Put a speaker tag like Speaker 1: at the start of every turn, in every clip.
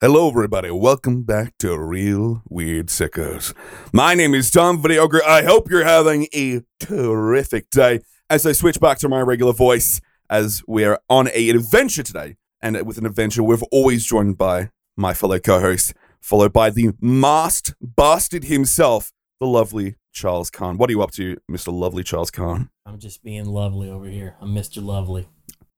Speaker 1: Hello, everybody. Welcome back to Real Weird Sickos. My name is Tom Videoker. I hope you're having a terrific day as I switch back to my regular voice as we are on a, an adventure today. And with an adventure, we're always joined by my fellow co host, followed by the masked bastard himself, the lovely Charles Kahn. What are you up to, Mr. Lovely Charles Kahn?
Speaker 2: I'm just being lovely over here. I'm Mr. Lovely.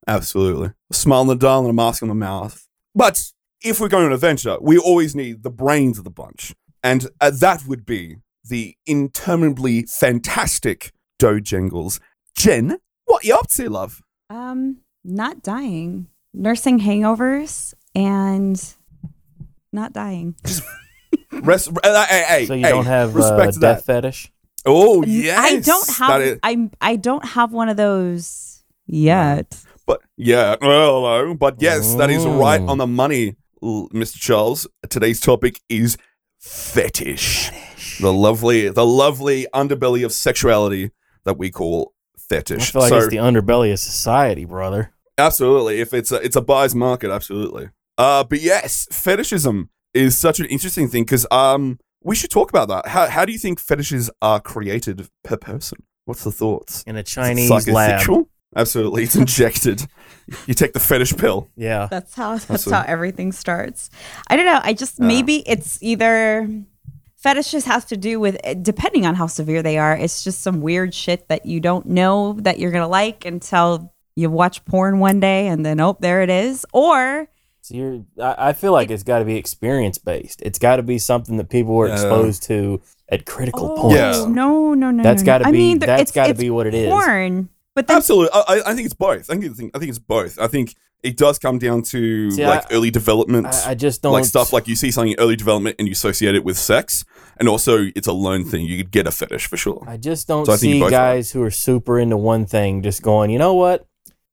Speaker 1: Absolutely. A smile on the dial and a mask on the mouth. But if we're going on an adventure, we always need the brains of the bunch. And uh, that would be the interminably fantastic Doe Jengles. Jen, what you up to, love?
Speaker 3: Um, not dying, nursing hangovers, and not dying.
Speaker 1: Rest, uh, hey, hey,
Speaker 2: So you
Speaker 1: hey,
Speaker 2: don't have uh,
Speaker 1: respect to that.
Speaker 2: death fetish?
Speaker 1: Oh, yes.
Speaker 3: I don't
Speaker 1: that
Speaker 3: have.
Speaker 1: is-
Speaker 3: I'm. I don't have one of those yet.
Speaker 1: But yeah, well, hello. But yes, that is right
Speaker 2: Mm.
Speaker 1: on the money, l- Mr. Charles. Today's topic is fetish. The lovely, the lovely underbelly of sexuality that we call
Speaker 2: I
Speaker 1: fetish.
Speaker 2: feel like
Speaker 1: so
Speaker 2: it's the underbelly of society, brother.
Speaker 1: absolutely, if it's a, it's a buyer's market, absolutely. Uh, but yes, fetishism is such an interesting thing because um, we should talk about that. How how do you think fetishes are created per person? What's the thoughts?
Speaker 2: In a
Speaker 1: Is it
Speaker 2: Chinese lab.
Speaker 1: psychosexual? Absolutely, it's injected. you take the fetish pill.
Speaker 2: Yeah.
Speaker 3: That's how. That's
Speaker 1: Awesome.
Speaker 3: how everything starts. I don't know. I just
Speaker 1: Yeah.
Speaker 3: maybe it's either fetishes has to do with eh, depending on how severe they are. It's just some weird shit that you don't know that you're gonna like until you watch porn one day and then oh there it is. Or
Speaker 2: So you're, I, I feel like it's got to be experience based. It's got to be something that people were
Speaker 1: Yeah.
Speaker 2: exposed to at critical
Speaker 3: oh,
Speaker 2: points.
Speaker 1: Yeah.
Speaker 3: no no no.
Speaker 2: That's
Speaker 3: no,
Speaker 2: got
Speaker 3: no.
Speaker 2: to
Speaker 3: I
Speaker 2: be.
Speaker 3: mean, there-
Speaker 2: that's
Speaker 3: it's-
Speaker 2: got to
Speaker 3: it's
Speaker 2: be what it is.
Speaker 3: porn. But then
Speaker 1: Absolutely, I, I- I think it's both. I think, it's- I think it's both. I think it does come down to
Speaker 2: See,
Speaker 1: like
Speaker 2: I-
Speaker 1: early development,
Speaker 2: I, I just don't
Speaker 1: like stuff like you see something in early development and you associate it with sex, and also it's a lone thing. You could get a fetish for sure.
Speaker 2: I just don't
Speaker 1: So I think you
Speaker 2: see
Speaker 1: both are.
Speaker 2: guys who are super into one thing just going, you know what?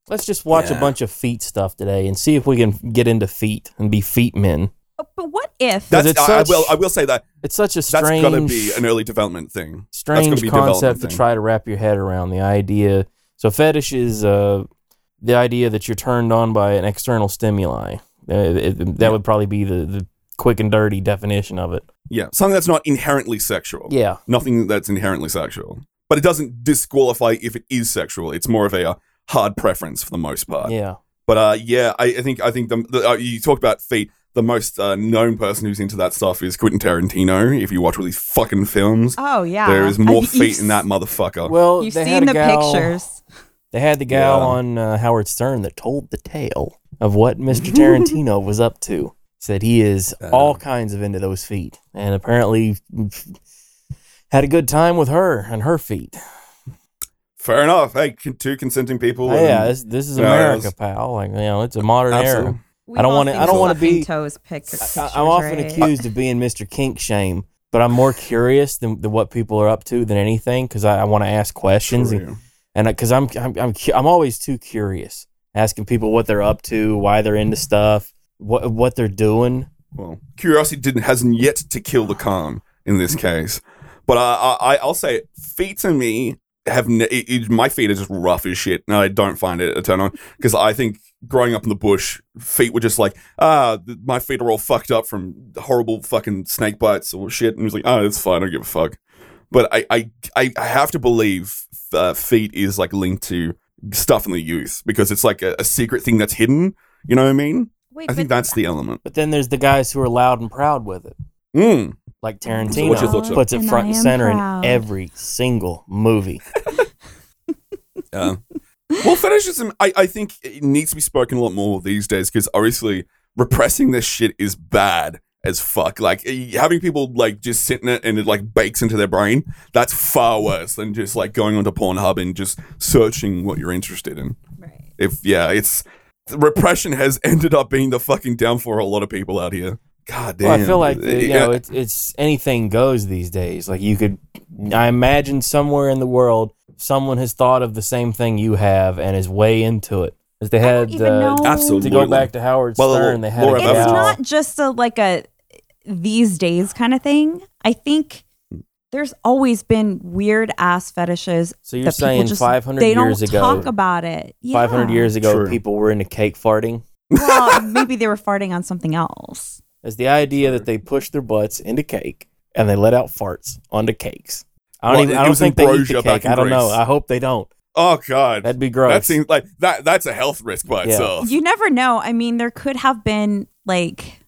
Speaker 2: Let's just watch
Speaker 1: Yeah.
Speaker 2: a bunch of feet stuff today and see if we can get into feet and be feet men.
Speaker 3: But what if?
Speaker 1: That's
Speaker 2: it's
Speaker 1: I, I
Speaker 2: such-
Speaker 1: will I will say that
Speaker 2: It's such a
Speaker 1: that's
Speaker 2: strange,
Speaker 1: gotta be an early development thing. gotta
Speaker 2: strange
Speaker 1: be a development
Speaker 2: concept to
Speaker 1: thing.
Speaker 2: try to wrap your head around. The idea, so fetish is uh, the idea that you're turned on by an external stimuli. Uh, it- it- that would probably be the, the quick and dirty definition of it.
Speaker 1: Yeah, something that's not inherently sexual.
Speaker 2: Yeah,
Speaker 1: nothing that's inherently sexual, but it doesn't disqualify if it is sexual. It's more of a uh, hard preference for the most part.
Speaker 2: yeah.
Speaker 1: But uh, yeah, I, I think I think the, the uh, you talked about feet. The most uh, known person who's into that stuff is Quentin Tarantino. If you watch all these fucking films,
Speaker 3: Oh yeah.
Speaker 1: there is more
Speaker 3: Have you-
Speaker 1: feet in that motherfucker.
Speaker 2: Well,
Speaker 3: You've
Speaker 2: they had
Speaker 3: seen
Speaker 2: a
Speaker 3: the
Speaker 2: gal-
Speaker 3: pictures.
Speaker 2: They had the gal
Speaker 1: Yeah.
Speaker 2: on uh, Howard Stern that told the tale of what Mr. Tarantino was up to. Said he is
Speaker 1: Uh.
Speaker 2: all kinds of into those feet, and apparently had a good time with her and her feet.
Speaker 1: Fair enough. Hey, con- two consenting people.
Speaker 2: Oh,
Speaker 1: and-
Speaker 2: yeah, this, this is
Speaker 1: Yeah,
Speaker 2: America,
Speaker 1: that's-
Speaker 2: pal. Like you know, it's a modern
Speaker 1: absolutely.
Speaker 2: era. I don't wanna- I don't wanna be-
Speaker 3: Toes pic-
Speaker 2: I, I'm often
Speaker 3: pictures, right?
Speaker 2: accused of being Mr. Kink Shame, but I'm more curious than, than what people are up to than anything because I, I want to ask questions and
Speaker 1: True.
Speaker 2: and because I'm, I'm I'm cu- I'm always too curious, asking people what they're up to, why they're into stuff, what what they're doing.
Speaker 1: Well, curiosity didn't hasn't yet to kill the calm in this case, but I, I I'll say it, feet to me have ne- it, it- my feet are just rough as shit, and I don't find it a turn on because I think growing up in the bush, feet were just like ah, th- my feet are all fucked up from horrible fucking snake bites or shit, and it was like oh, it's fine, I don't give a fuck. But I I I I have to believe uh, feet is like linked to stuff in the youth because it's like a, a secret thing that's hidden. You know what I mean?
Speaker 3: Wait,
Speaker 1: I think
Speaker 3: but
Speaker 1: that's the element.
Speaker 2: But then there's the guys who are loud and proud with it,
Speaker 1: Mm.
Speaker 2: like
Speaker 1: So
Speaker 2: Tarantino
Speaker 1: what's your thoughts on-
Speaker 2: puts it
Speaker 3: And
Speaker 2: front
Speaker 3: I
Speaker 2: and
Speaker 3: am
Speaker 2: center
Speaker 3: proud.
Speaker 2: in every single movie.
Speaker 1: Yeah. well, fetishism, I, I think it needs to be spoken a lot more these days because obviously repressing this shit is bad as fuck. Like eh, having people like just sit in it and it like bakes into their brain, that's far worse than just like going onto Pornhub and just searching what you're interested in.
Speaker 3: right.
Speaker 1: If, yeah, it's repression has ended up being the fucking downfall for a lot of people out here. God damn. Eh,
Speaker 2: Well, I feel like the, you
Speaker 1: Yeah.
Speaker 2: know it's it's anything goes these days. Like you could, I imagine somewhere in the world, someone has thought of the same thing you have and is way into it. As they
Speaker 3: don't
Speaker 2: had
Speaker 3: even
Speaker 2: uh,
Speaker 3: know.
Speaker 1: absolutely.
Speaker 2: to go back to Howard
Speaker 1: Well,
Speaker 2: Stern, they had
Speaker 1: Laura
Speaker 2: a
Speaker 1: That
Speaker 3: It's
Speaker 1: was-
Speaker 2: gal-
Speaker 3: not just a like a these days kind of thing. I think there's always been weird ass fetishes.
Speaker 2: So you're
Speaker 3: that people
Speaker 2: saying
Speaker 3: just-
Speaker 2: 500
Speaker 3: they
Speaker 2: years
Speaker 3: don't
Speaker 2: ago,
Speaker 3: talk about it. Yeah.
Speaker 2: 500 years ago,
Speaker 1: True.
Speaker 2: people were into cake farting.
Speaker 3: Well, maybe they were farting on something else.
Speaker 2: is the idea that they push their butts into cake and they let out farts onto cakes. I don't
Speaker 1: Well,
Speaker 2: even.
Speaker 1: it
Speaker 2: I don't
Speaker 1: was
Speaker 2: think they eat
Speaker 1: ambrosia
Speaker 2: the
Speaker 1: back
Speaker 2: cake.
Speaker 1: in
Speaker 2: I don't know.
Speaker 1: Greece.
Speaker 2: I hope they don't.
Speaker 1: Oh god,
Speaker 2: That'd be gross.
Speaker 1: that seems like that. That's a health risk by
Speaker 2: Yeah.
Speaker 1: itself.
Speaker 3: You never know. I mean, there could have been like,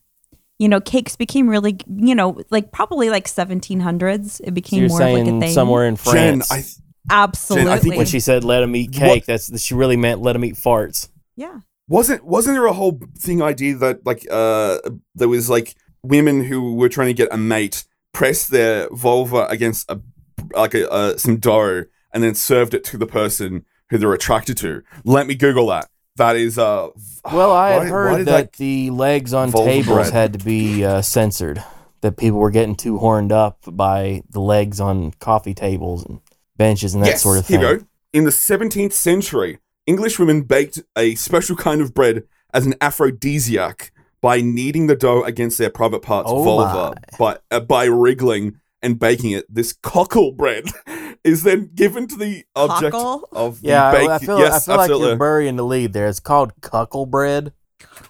Speaker 3: you know, cakes became really, you know, like probably like 1700s. It
Speaker 2: So
Speaker 3: became
Speaker 2: you're
Speaker 3: more of
Speaker 2: saying
Speaker 3: like a thing.
Speaker 2: somewhere
Speaker 1: Jen,
Speaker 2: in France.
Speaker 1: I th-
Speaker 3: Absolutely.
Speaker 1: I think
Speaker 2: when she said let them eat cake, that's she really meant let them eat farts.
Speaker 3: yeah.
Speaker 1: wasn't wasn't there a whole thing idea that like uh there was like women who were trying to get a mate pressed their vulva against a like a uh, some dough and then served it to the person who they're attracted to. Let me Google that. That is uh.
Speaker 2: Well, I had
Speaker 1: why-
Speaker 2: heard
Speaker 1: why did
Speaker 2: that the legs on
Speaker 1: Vulva
Speaker 2: tables
Speaker 1: bread.
Speaker 2: had to be uh, censored. That people were getting too horned up by the legs on coffee tables and benches and that
Speaker 1: yes,
Speaker 2: sort of
Speaker 1: here
Speaker 2: thing.
Speaker 1: we go. In the 17th century, English women baked a special kind of bread as an aphrodisiac by kneading the dough against their private parts,
Speaker 2: Oh
Speaker 1: vulva, by uh, by wriggling and baking it. This cockle bread is then given to the object
Speaker 3: Cockle?
Speaker 1: of the
Speaker 2: Yeah, I-
Speaker 1: bake-
Speaker 2: I feel,
Speaker 1: yes,
Speaker 2: I feel like
Speaker 1: absolutely.
Speaker 2: you're burying the lead there. It's called cuckle bread.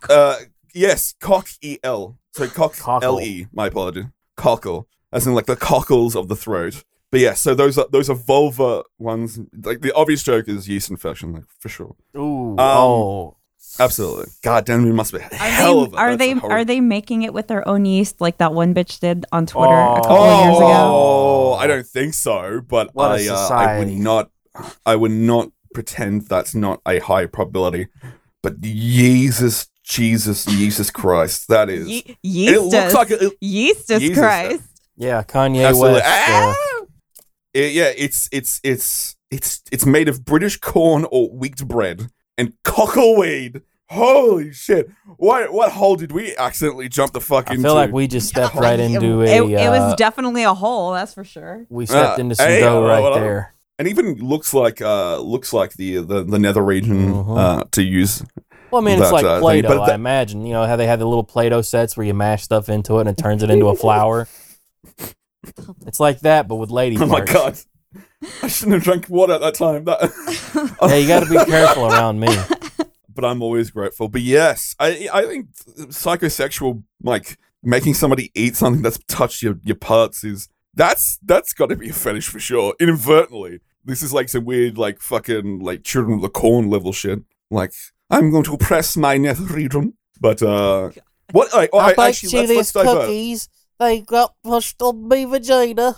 Speaker 1: uh, yes, cock e l. So cock
Speaker 2: Cockle.
Speaker 1: l e. My apology. Cockle, as in like the cockles of the throat. But yeah, so those are those are vulva ones. Like the obvious joke is yeast infection, like for sure.
Speaker 2: Ooh,
Speaker 1: Um,
Speaker 2: oh,
Speaker 1: Absolutely. God damn, we must be
Speaker 3: Are
Speaker 1: hell
Speaker 3: they
Speaker 1: of a
Speaker 3: are
Speaker 1: that's
Speaker 3: they
Speaker 1: a horrible-
Speaker 3: are they making it with their own yeast like that one bitch did on Twitter a couple
Speaker 1: Oh,
Speaker 3: of years ago?
Speaker 1: I don't think so. But
Speaker 2: What a
Speaker 1: I, uh, I would
Speaker 2: society.
Speaker 1: not, I would not pretend that's not a high probability. But Jesus, Jesus, Jesus Christ, that is.
Speaker 3: Ye-
Speaker 1: and it looks
Speaker 3: yeastus.
Speaker 1: like it,
Speaker 3: yeastus
Speaker 1: Yeastus.
Speaker 3: Christ.
Speaker 2: yeah, Kanye
Speaker 1: Absolutely. Ah,
Speaker 2: West. uh,
Speaker 1: It- yeah, it's it's it's it's it's made of British corn or wheat bread and cockleweed. Holy shit! What what hole did we accidentally jump the fuck
Speaker 2: I
Speaker 1: into?
Speaker 2: feel like we just stepped right into a.
Speaker 3: it, it was
Speaker 2: uh,
Speaker 3: definitely a hole, that's for sure.
Speaker 2: we stepped
Speaker 1: Uh,
Speaker 2: into some
Speaker 1: hey,
Speaker 2: dough
Speaker 1: uh,
Speaker 2: right
Speaker 1: well,
Speaker 2: there.
Speaker 1: and even looks like uh looks like the the, the nether region
Speaker 2: Mhm.
Speaker 1: uh, to use.
Speaker 2: Well, I mean, it's
Speaker 1: That's,
Speaker 2: like
Speaker 1: uh, thing,
Speaker 2: Play-Doh.
Speaker 1: but that-
Speaker 2: I imagine you know how they have the little Play-Doh sets where you mash stuff into it and it turns it into a flower. It's like that, but with lady.
Speaker 1: Oh my
Speaker 2: parts.
Speaker 1: god! I shouldn't have drank water at that time. That.
Speaker 2: Yeah, you got to be careful around me.
Speaker 1: but I'm always grateful. But yes, I I think psychosexual like making somebody eat something that's touched your your parts is that's that's got to be a fetish for sure. Inadvertently, this is like some weird like fucking like children of the corn level shit. Like I'm going to oppress my nether region, but uh. What? All right, all right, actually, uh, let's, let's divert.
Speaker 2: They got pushed on me vagina.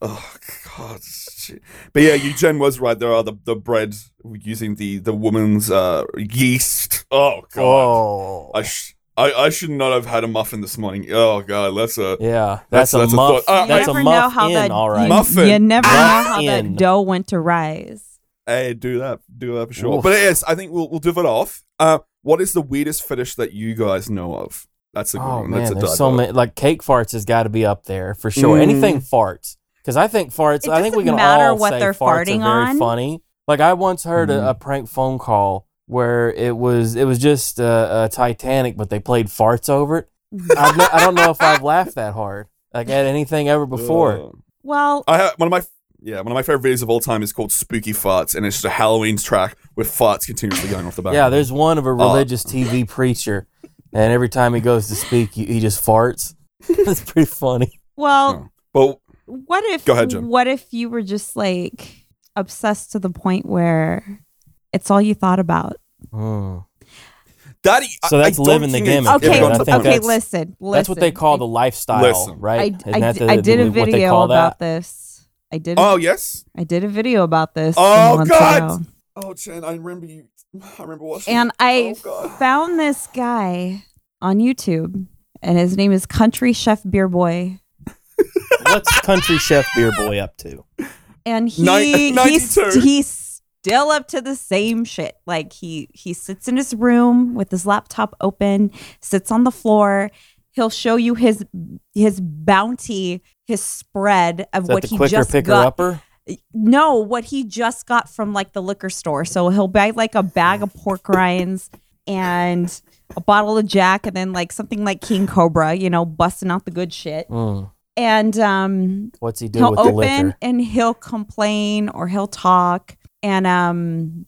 Speaker 1: Oh God! shit. But yeah, Eugene was right. There are the the bread using the the woman's uh, yeast. Oh God!
Speaker 2: Oh,
Speaker 1: I, sh- I I should not have had a muffin this morning. Oh God! That's a
Speaker 2: yeah.
Speaker 1: That's-
Speaker 2: That's, a
Speaker 1: that's a
Speaker 2: muff.
Speaker 1: thought. Uh,
Speaker 3: you
Speaker 2: that's
Speaker 3: never
Speaker 2: a
Speaker 3: know
Speaker 2: muff
Speaker 3: how
Speaker 2: in,
Speaker 3: that
Speaker 2: all right.
Speaker 3: you,
Speaker 1: Muffin.
Speaker 3: you never know how
Speaker 2: Muffin.
Speaker 3: that dough went to rise.
Speaker 1: hey, do that, do that for sure.
Speaker 2: Oof.
Speaker 1: But yes, I think we'll we'll divot off. Uh, what is the weirdest fetish that you guys know of? That's a good
Speaker 2: oh
Speaker 1: one. That's
Speaker 2: man,
Speaker 1: a
Speaker 2: there's so
Speaker 1: divert.
Speaker 2: many. Like cake farts has got to be up there for sure.
Speaker 1: Mm.
Speaker 2: Anything farts, because I think farts.
Speaker 3: Mm-hmm. It
Speaker 2: I think we can
Speaker 3: doesn't matter
Speaker 2: all
Speaker 3: what
Speaker 2: say
Speaker 3: they're
Speaker 2: farts
Speaker 3: farting
Speaker 2: are very
Speaker 3: on.
Speaker 2: funny. Like I once heard
Speaker 1: Mhm.
Speaker 2: a, a prank phone call where it was it was just uh, a Titanic, but they played farts over it.
Speaker 3: Mm-hmm.
Speaker 2: I've no, I don't know if I've laughed that hard like at anything ever before.
Speaker 1: Uh,
Speaker 3: Well,
Speaker 1: I have one of my yeah one of my favorite videos of all time is called Spooky Farts, and it's just a Halloween's track with farts continuously going off the back.
Speaker 2: Yeah, there's one
Speaker 1: Oh.
Speaker 2: of a religious TV preacher, and every time he goes to speak, he, he just farts. That's pretty funny.
Speaker 1: Uh,
Speaker 3: well,
Speaker 1: But
Speaker 3: what if
Speaker 1: Go ahead, Jen.
Speaker 3: what if you were just like obsessed to the point where it's all you thought about?
Speaker 2: Hmm.
Speaker 1: that
Speaker 2: So
Speaker 1: I- I
Speaker 2: that's
Speaker 1: don't
Speaker 2: living the
Speaker 1: think it's-
Speaker 2: gimmick,
Speaker 1: it's
Speaker 3: Okay,
Speaker 2: Yeah,
Speaker 1: gone to
Speaker 2: I think
Speaker 1: plan.
Speaker 3: okay,
Speaker 2: that's-
Speaker 3: listen, listen.
Speaker 2: That's what they call the lifestyle,
Speaker 1: Listen.
Speaker 3: I,
Speaker 2: right?
Speaker 3: I,
Speaker 2: Isn't that
Speaker 3: di-
Speaker 2: the-
Speaker 3: I did a
Speaker 2: what they
Speaker 3: video
Speaker 2: call that?
Speaker 3: about this. I did.
Speaker 1: Oh yes.
Speaker 3: I did a video about this.
Speaker 1: Oh,
Speaker 3: some months
Speaker 1: God.
Speaker 3: ago.
Speaker 1: Oh, Jen, I remember you. I remember watching.
Speaker 3: And I
Speaker 1: Oh, God.
Speaker 3: found this guy on YouTube, and his name is Country Chef Beer Boy,
Speaker 2: What's Country Chef Beer Boy up to?
Speaker 3: and he
Speaker 1: Nin-
Speaker 3: he's
Speaker 1: 92.
Speaker 3: he's still up to the same shit. Like he he sits in his room with his laptop open, sits on the floor. He'll show you his his bounty, his spread of
Speaker 2: Is
Speaker 3: what
Speaker 2: that the
Speaker 3: he
Speaker 2: quicker
Speaker 3: just
Speaker 2: picker
Speaker 3: got.
Speaker 2: upper?
Speaker 3: No, what he just got from like the liquor store. So he'll buy like a bag of pork rinds and a bottle of Jack and then like something like King Cobra, you know, busting out the good shit.
Speaker 2: Mm.
Speaker 3: And um
Speaker 2: What's he do
Speaker 3: he'll
Speaker 2: with the
Speaker 3: open
Speaker 2: liquor?
Speaker 3: and he'll complain or he'll talk. And um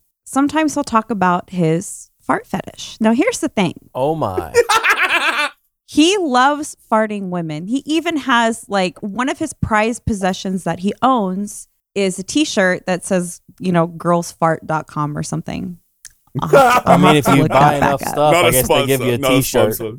Speaker 3: sometimes he'll talk about his fart fetish. Now here's the thing.
Speaker 2: Oh my!
Speaker 3: He loves farting women. He even has like one of his prized possessions that he owns is a t-shirt that says, you know, girlsfart.com or something. I'll have to-
Speaker 2: I
Speaker 3: I'll
Speaker 2: mean,
Speaker 3: have
Speaker 2: if
Speaker 3: to
Speaker 2: you
Speaker 3: look that
Speaker 2: buy enough
Speaker 3: back up.
Speaker 2: stuff, I guess they give you a
Speaker 1: not
Speaker 2: T-shirt.
Speaker 1: sponsor.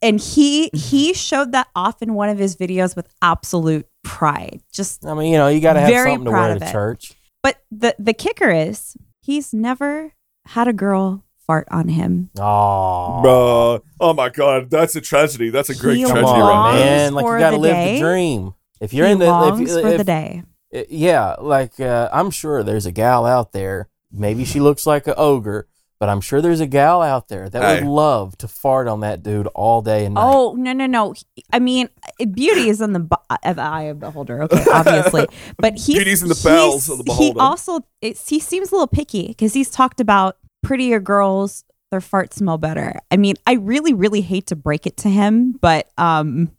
Speaker 3: And he he showed that off in one of his videos with absolute pride. Just
Speaker 2: I mean, you know, you got to have
Speaker 3: Very
Speaker 2: something to
Speaker 3: proud
Speaker 2: wear
Speaker 3: of
Speaker 2: to
Speaker 3: it.
Speaker 2: church.
Speaker 3: but the the kicker is he's never had a girl fart on him.
Speaker 2: Oh,
Speaker 1: Bruh. Oh my god, that's a tragedy. That's a great
Speaker 3: He
Speaker 2: come
Speaker 1: tragedy
Speaker 3: longs
Speaker 1: right
Speaker 2: on,
Speaker 1: now.
Speaker 2: man! Like
Speaker 3: for
Speaker 2: you got to
Speaker 3: the
Speaker 2: live
Speaker 3: day.
Speaker 2: the dream. If
Speaker 3: He
Speaker 2: you're in the, if,
Speaker 3: longs
Speaker 2: you-
Speaker 3: for
Speaker 2: if,
Speaker 3: the day.
Speaker 2: Uh, Yeah, like uh, I'm sure there's a gal out there. Maybe she looks like an ogre, but I'm sure there's a gal out there that
Speaker 1: Hey.
Speaker 2: would love to fart on that dude all day and night.
Speaker 3: Oh no no no! He- I mean, beauty is in the bo- uh, of the eye of the beholder. Okay, obviously, but he's,
Speaker 1: Beauty's in the
Speaker 3: he's-
Speaker 1: bowels of the
Speaker 3: He
Speaker 1: beholder.
Speaker 3: also it's, he seems a little picky because he's talked about prettier girls. Their farts smell better. I mean, I really really hate to break it to him, but um,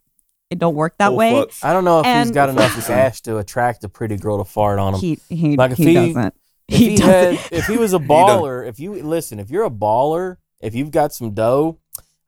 Speaker 3: it don't work that
Speaker 1: Oh,
Speaker 3: way.
Speaker 1: fuck.
Speaker 2: I don't know if he's
Speaker 3: and-
Speaker 2: got enough cash to attract a pretty girl to fart on him.
Speaker 3: He he,
Speaker 2: Like, if
Speaker 3: he,
Speaker 2: he-
Speaker 3: doesn't.
Speaker 2: if
Speaker 3: He, doesn't.
Speaker 2: had, if he was a
Speaker 1: don't.
Speaker 2: baller, if you listen, if you're a baller, if you've got some dough,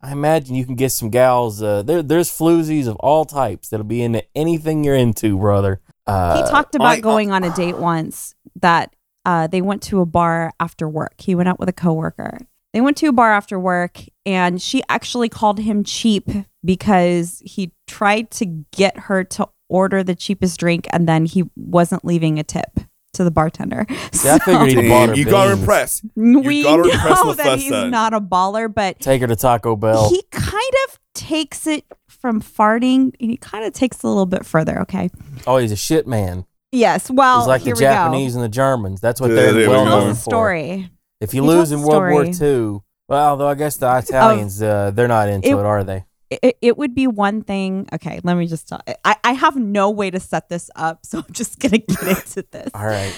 Speaker 2: I imagine you can get some gals. Uh, there, there's floozies of all types that'll be into anything you're into, brother. Uh,
Speaker 3: he talked about
Speaker 1: I-
Speaker 3: going on a date once that uh, they went to a bar after work. He went out with a coworker. They went to a bar after work, and she actually called him cheap because he tried to get her to order the cheapest drink, and then he wasn't leaving a tip to the bartender.
Speaker 2: Yeah, I figured he'd bought
Speaker 1: Damn,
Speaker 2: her
Speaker 1: you got to
Speaker 2: beans.
Speaker 1: impress.
Speaker 3: we
Speaker 1: gotta impress
Speaker 3: know
Speaker 1: the
Speaker 3: that
Speaker 1: fuss
Speaker 3: he's
Speaker 1: then.
Speaker 3: not a baller, but
Speaker 2: Take her to Taco Bell.
Speaker 3: he kind of takes it from farting, and he kind of takes it a little bit further. Okay.
Speaker 2: oh, he's a shit man.
Speaker 3: Yes. Well,
Speaker 2: He's like the
Speaker 3: Oh, here we go.
Speaker 2: Japanese and the Germans. That's what
Speaker 1: Yeah,
Speaker 2: they're
Speaker 1: there
Speaker 2: well
Speaker 1: we
Speaker 3: tells
Speaker 1: go.
Speaker 2: known
Speaker 3: the
Speaker 2: for.
Speaker 3: story.
Speaker 2: If you
Speaker 3: He
Speaker 2: lose
Speaker 3: tells
Speaker 2: in
Speaker 3: the
Speaker 2: World War
Speaker 3: story.
Speaker 2: II, well, although I guess the Italians, uh, they're not into
Speaker 3: it-
Speaker 2: it, are they?
Speaker 3: It, it would be one thing. Okay, let me just tell. I, I have no way to set this up, so I'm just gonna get into this.
Speaker 2: All right.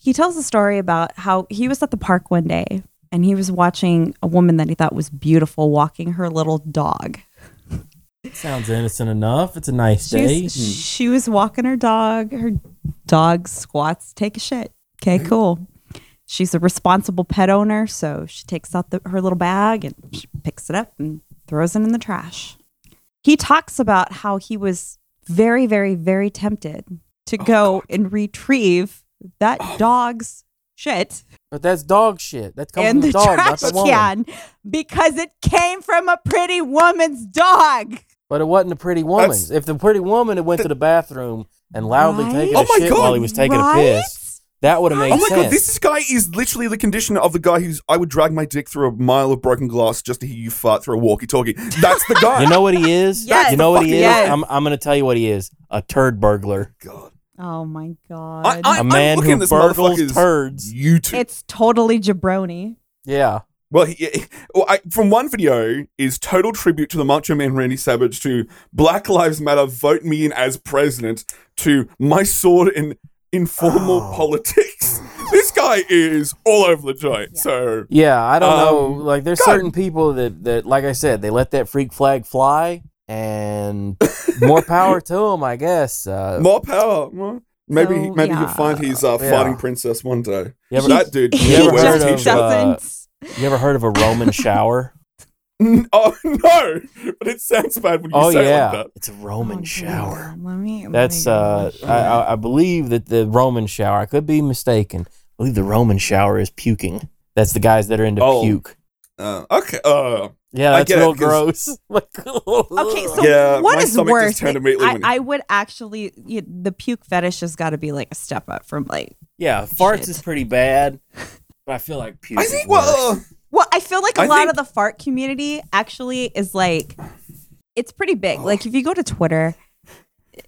Speaker 3: He tells a story about how he was at the park one day and he was watching a woman that he thought was beautiful walking her little dog.
Speaker 2: Sounds innocent enough. It's a nice
Speaker 3: She
Speaker 2: day.
Speaker 3: was, she was walking her dog. Her dog squats, take a shit. Okay,
Speaker 2: Mm-hmm.
Speaker 3: cool. She's a responsible pet owner, so she takes out the, her little bag and she picks it up and throws it in the trash. He talks about how he was very, very, very tempted to
Speaker 2: Oh,
Speaker 3: go and retrieve that dog's shit
Speaker 2: But that's dog shit. That comes
Speaker 3: in
Speaker 2: from
Speaker 3: the
Speaker 2: the dog, not
Speaker 3: trash
Speaker 2: the woman.
Speaker 3: can because it came from a pretty woman's dog.
Speaker 2: But it wasn't a pretty woman.
Speaker 1: That's-
Speaker 2: If the pretty woman had went to the bathroom and loudly
Speaker 3: Right?
Speaker 2: taken
Speaker 1: Oh
Speaker 2: a
Speaker 1: my
Speaker 2: shit
Speaker 1: God,
Speaker 2: while he was taking
Speaker 3: right?
Speaker 2: a piss, that would have made
Speaker 1: Oh my
Speaker 2: sense.
Speaker 1: god, this guy is literally the condition of the guy who's I would drag my dick through a mile of broken glass just to hear you fart through a walkie-talkie. That's the guy.
Speaker 2: you know what he is?
Speaker 3: Yes.
Speaker 2: You know what he is?
Speaker 3: Yes.
Speaker 2: I'm, I'm going to tell you what he is. A turd burglar.
Speaker 1: God.
Speaker 3: Oh my god.
Speaker 1: I,
Speaker 2: A
Speaker 1: I, I'm
Speaker 2: man
Speaker 1: looking
Speaker 2: who
Speaker 1: at this
Speaker 2: burgles
Speaker 1: motherfucker's
Speaker 2: turds.
Speaker 1: YouTube.
Speaker 3: it's totally jabroni.
Speaker 2: Yeah.
Speaker 1: Well, he, he- well I, from one video is total tribute to the Macho Man Randy Savage to Black Lives Matter, vote me in as president, to my sword in informal
Speaker 2: Oh.
Speaker 1: politics. this guy is all over the joint. So
Speaker 2: Yeah, I don't know.
Speaker 1: Um,
Speaker 2: Like, there's
Speaker 1: God.
Speaker 2: certain people that, that, like I said, they let that freak flag fly, and more power to them, I guess. Uh,
Speaker 1: more power. Well, Maybe
Speaker 3: So,
Speaker 1: he- maybe
Speaker 3: yeah.
Speaker 1: he'll find his uh,
Speaker 2: Yeah.
Speaker 1: fighting princess one day.
Speaker 2: you, ever,
Speaker 1: that dude.
Speaker 2: you
Speaker 3: He
Speaker 1: yeah,
Speaker 2: ever
Speaker 1: wears
Speaker 2: heard
Speaker 1: a
Speaker 2: of, uh,
Speaker 3: just
Speaker 1: t-shirt.
Speaker 3: doesn't.
Speaker 2: you ever heard of a Roman shower?
Speaker 1: N- Oh no! But it sounds bad when you
Speaker 2: oh
Speaker 1: say it
Speaker 2: yeah,
Speaker 1: like that.
Speaker 2: it's a Roman
Speaker 3: Oh,
Speaker 2: shower.
Speaker 3: God. Let me. oh let
Speaker 2: That's
Speaker 3: me
Speaker 2: uh,
Speaker 3: go.
Speaker 2: I, I- I believe that the Roman shower. I could be mistaken. I believe the Roman shower is puking. That's the guys that are into
Speaker 1: Oh.
Speaker 2: puke.
Speaker 1: Uh, okay. Uh,
Speaker 2: Yeah,
Speaker 1: I
Speaker 2: that's
Speaker 1: get it,
Speaker 2: real
Speaker 1: 'cause-
Speaker 2: gross. okay,
Speaker 3: Okay, so
Speaker 1: Yeah,
Speaker 3: what
Speaker 1: my
Speaker 3: is
Speaker 1: stomach just
Speaker 3: worse?
Speaker 1: turned immediately
Speaker 3: I,
Speaker 1: when-
Speaker 3: I would actually you, the puke fetish has got to be like a step up from like.
Speaker 2: yeah, farts
Speaker 3: Shit.
Speaker 2: is pretty bad, but I feel like puke.
Speaker 1: I
Speaker 2: is
Speaker 1: think.
Speaker 2: worse.
Speaker 1: Well, uh,
Speaker 3: Well, I feel like a
Speaker 1: I
Speaker 3: lot
Speaker 1: think-
Speaker 3: of the fart community actually is like, it's pretty
Speaker 1: Oh.
Speaker 3: big. Like if you go to Twitter,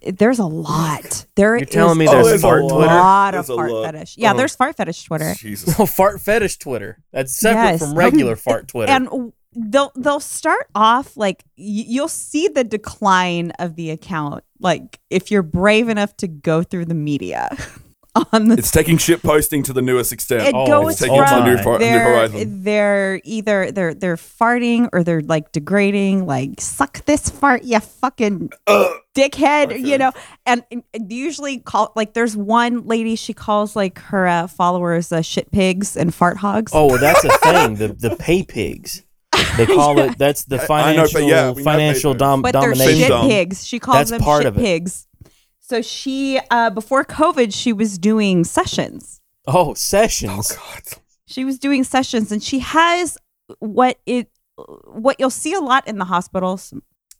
Speaker 3: there's a lot. There
Speaker 2: You're telling
Speaker 3: is
Speaker 2: me
Speaker 3: a
Speaker 1: there's fart Twitter?
Speaker 3: lot of
Speaker 1: There's a
Speaker 3: fart
Speaker 1: lot.
Speaker 3: fetish. Yeah,
Speaker 1: Oh.
Speaker 3: there's fart fetish Twitter.
Speaker 1: Jesus.
Speaker 2: Oh, fart fetish Twitter. That's separate
Speaker 3: Yes.
Speaker 2: from regular fart Twitter.
Speaker 3: and w- they'll they'll start off like y- you'll see the decline of the account like if you're brave enough to go through the media on the
Speaker 1: It's taking shit posting to the newest extent.
Speaker 3: it
Speaker 2: oh,
Speaker 3: goes
Speaker 2: it's taking it to
Speaker 3: from
Speaker 2: the new
Speaker 1: far- new
Speaker 3: they're,
Speaker 1: horizon.
Speaker 3: they're either they're they're farting or they're like degrading like suck this fart you fucking
Speaker 1: Ugh.
Speaker 3: dickhead
Speaker 1: Okay.
Speaker 3: you know and, and usually call like there's one lady she calls like her uh, followers uh, shit pigs and fart hogs
Speaker 2: oh, well, that's a thing. The the pay pigs. They call it that's the
Speaker 1: I know, but
Speaker 2: financial
Speaker 1: yeah, we know
Speaker 2: financial
Speaker 1: they do.
Speaker 2: dom-
Speaker 3: but they're
Speaker 2: domination.
Speaker 3: shit
Speaker 1: Syndrome.
Speaker 3: pigs. She calls
Speaker 2: That's
Speaker 3: them
Speaker 2: part
Speaker 3: shit
Speaker 2: of it.
Speaker 3: pigs. So she, uh, before COVID, she was doing sessions.
Speaker 2: Oh,
Speaker 1: Oh
Speaker 2: sessions.
Speaker 1: god.
Speaker 3: She was doing sessions, and she has what it what you'll see a lot in the hospitals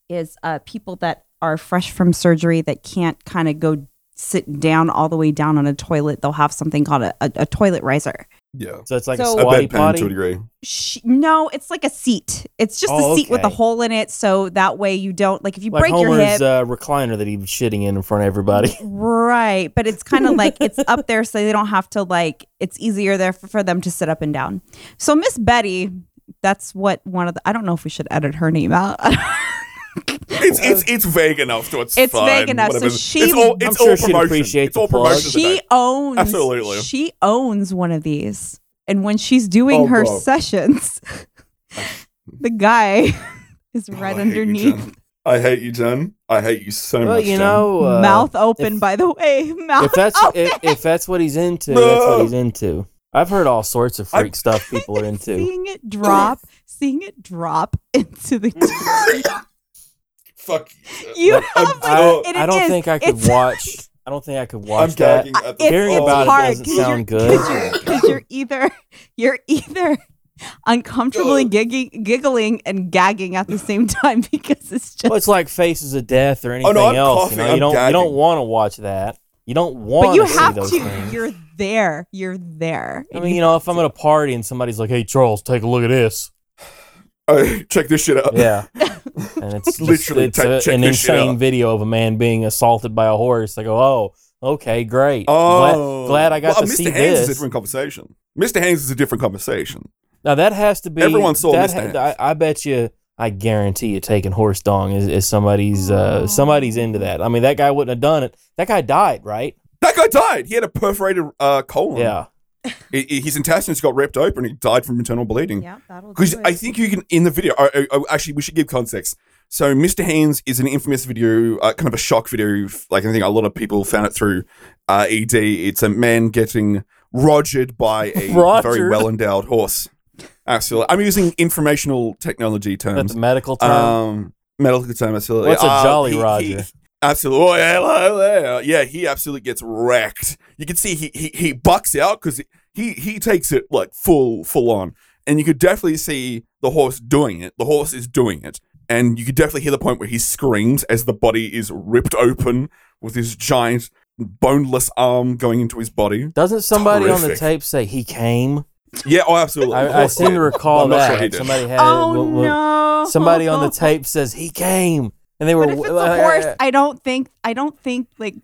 Speaker 3: is uh, people that are fresh from surgery that can't kind of go sit down all the way down on a toilet. They'll have something called a, a, a toilet riser.
Speaker 1: Yeah.
Speaker 2: so it's like
Speaker 3: So-
Speaker 2: a
Speaker 1: A
Speaker 2: squatty
Speaker 1: bedpan to a
Speaker 2: potty.
Speaker 1: degree.
Speaker 3: She, no, it's like a seat. It's just
Speaker 2: Oh,
Speaker 3: a seat with a
Speaker 2: okay.
Speaker 3: hole in it, so that way you don't like if you
Speaker 2: Like
Speaker 3: break your hip.
Speaker 2: Homer's uh, recliner that he was shitting in in front of everybody.
Speaker 3: Right. But it's kind of like it's up there so they don't have to like it's easier there for, for them to sit up and down. So Miss Betty, that's what one of the I don't know if we should edit her name out.
Speaker 1: It's it's it's vague enough to it's
Speaker 3: It's
Speaker 1: fine,
Speaker 3: vague enough, so
Speaker 1: whatever.
Speaker 3: she-
Speaker 1: it's all it's
Speaker 2: I'm sure
Speaker 1: all
Speaker 2: she'd
Speaker 1: promotion.
Speaker 2: appreciate
Speaker 1: it's
Speaker 2: the
Speaker 1: all
Speaker 2: plug.
Speaker 1: promotion.
Speaker 3: she
Speaker 1: today.
Speaker 3: owns
Speaker 1: Absolutely.
Speaker 3: she owns one of these. And when she's doing
Speaker 1: Oh,
Speaker 3: her
Speaker 1: bro.
Speaker 3: sessions, the guy is
Speaker 1: Oh, I
Speaker 3: right
Speaker 1: hate you,
Speaker 3: underneath.
Speaker 1: Jen. I hate you, Jen. I hate you so
Speaker 2: well,
Speaker 1: much.
Speaker 2: you
Speaker 1: Jen.
Speaker 2: know, uh,
Speaker 3: mouth Oh, open
Speaker 2: if-
Speaker 3: by the way. Mouth
Speaker 2: if that's
Speaker 3: open.
Speaker 2: if, if that's what he's into, that's what
Speaker 1: No.
Speaker 2: he's into. I've heard all sorts of freak
Speaker 1: I-
Speaker 2: stuff people are into.
Speaker 3: seeing it drop, seeing it drop into the
Speaker 1: fuck you.
Speaker 3: You
Speaker 2: Like,
Speaker 3: have
Speaker 1: I don't-
Speaker 3: like, it
Speaker 2: I don't
Speaker 3: is-
Speaker 2: think I could
Speaker 3: it's-
Speaker 2: watch. I don't think I could
Speaker 1: I'm
Speaker 2: watch that.
Speaker 1: gagging at the
Speaker 3: It's,
Speaker 2: Hearing
Speaker 3: it's
Speaker 2: about it
Speaker 3: hard
Speaker 2: doesn't
Speaker 3: 'cause you're-
Speaker 2: sound
Speaker 3: 'cause
Speaker 2: good.
Speaker 3: you're- Because you're, either you're either uncomfortably gigging, giggling and gagging at the same time because it's just.
Speaker 2: Well, it's like Faces of Death or
Speaker 1: Oh,
Speaker 2: anything
Speaker 1: no, I'm
Speaker 2: else.
Speaker 1: coughing.
Speaker 2: You, know?
Speaker 1: I'm
Speaker 2: you don't you
Speaker 1: gagging.
Speaker 2: don't want to watch that. You don't want.
Speaker 3: but you
Speaker 2: to
Speaker 3: have
Speaker 2: see those
Speaker 3: to.
Speaker 2: Things.
Speaker 3: You're there. You're there.
Speaker 2: I mean, you know, if I'm at a party and somebody's like, "Hey, Charles, take a look at this,"
Speaker 1: Oh, check this shit out.
Speaker 2: yeah, and it's just-
Speaker 1: Literally,
Speaker 2: it's
Speaker 1: take-
Speaker 2: a-
Speaker 1: check
Speaker 2: an
Speaker 1: this shit
Speaker 2: insane
Speaker 1: out.
Speaker 2: video of a man being assaulted by a horse. I go, "Oh, okay, great.
Speaker 1: Oh,
Speaker 2: glad, glad I got
Speaker 1: well,
Speaker 2: to
Speaker 1: Mr.
Speaker 2: see
Speaker 1: Haynes is a
Speaker 2: this."
Speaker 1: different conversation. Mr. Haynes is a different conversation.
Speaker 2: Now that has to be
Speaker 1: Everyone saw
Speaker 2: that
Speaker 1: Mr.
Speaker 2: ha-
Speaker 1: Hands.
Speaker 2: I, I bet you. I guarantee you, taking horse dong is, is somebody's uh, somebody's into that. I mean, that guy wouldn't have done it. That guy died, right?
Speaker 1: That guy died. He had a perforated uh, colon.
Speaker 2: Yeah.
Speaker 1: I- I- his intestines got ripped open. He died from internal bleeding.
Speaker 3: yeah, that'll do
Speaker 1: Because
Speaker 3: it.
Speaker 1: I think you can in the video. Uh, uh, uh, actually, we should give context. So, Mr. Haynes is an infamous video, uh, kind of a shock video. f- Like I think a lot of people found it through uh, ED. It's a man getting rogered by a very
Speaker 2: Rogered?
Speaker 1: well endowed horse. Absolutely, I'm using informational technology
Speaker 2: That's
Speaker 1: terms.
Speaker 2: a medical term.
Speaker 1: Um, medical term, absolutely.
Speaker 2: What's a
Speaker 1: Uh,
Speaker 2: Jolly
Speaker 1: he- he-
Speaker 2: Roger?
Speaker 1: absolutely. Oh, yeah, la- la- yeah, he absolutely gets wrecked. You can see he he, he bucks out because he he takes it like full full on, and you could definitely see the horse doing it. The horse is doing it, and you could definitely hear the point where he screams as the body is ripped open with his giant boneless arm going into his body.
Speaker 2: Doesn't somebody on the
Speaker 1: Terrific.
Speaker 2: tape say he came?
Speaker 1: Yeah, oh, absolutely. The
Speaker 2: I, I
Speaker 1: horse
Speaker 2: seem
Speaker 1: did.
Speaker 2: to recall
Speaker 1: I'm not sure
Speaker 2: that
Speaker 1: he did.
Speaker 2: somebody had
Speaker 3: Oh
Speaker 2: w- w-
Speaker 3: no!
Speaker 2: somebody on the tape says he came, and they were. uh,
Speaker 3: But if it's a horse, I don't think. I don't think like.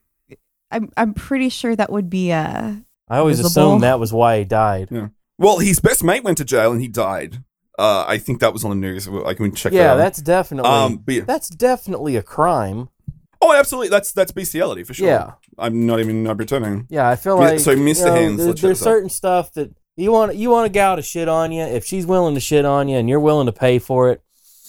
Speaker 3: I'm. I'm pretty sure that would be a.
Speaker 2: I always
Speaker 3: visible.
Speaker 2: assumed that was why he died.
Speaker 1: Well, his best mate went to jail and he died. Uh, I think that was on the news. I can check that
Speaker 2: yeah,
Speaker 1: out.
Speaker 2: that's definitely
Speaker 1: Um, but yeah.
Speaker 2: that's definitely a crime.
Speaker 1: Oh, absolutely. That's that's bestiality for sure.
Speaker 2: Yeah.
Speaker 1: I'm not even not pretending.
Speaker 2: Yeah, I feel
Speaker 1: Yeah,
Speaker 2: like
Speaker 1: so Mr.
Speaker 2: you know,
Speaker 1: Hands,
Speaker 2: there-
Speaker 1: let's shut
Speaker 2: there's
Speaker 1: us up.
Speaker 2: certain stuff that you want you want a gal to shit on you if she's willing to shit on you and you're willing to pay for it.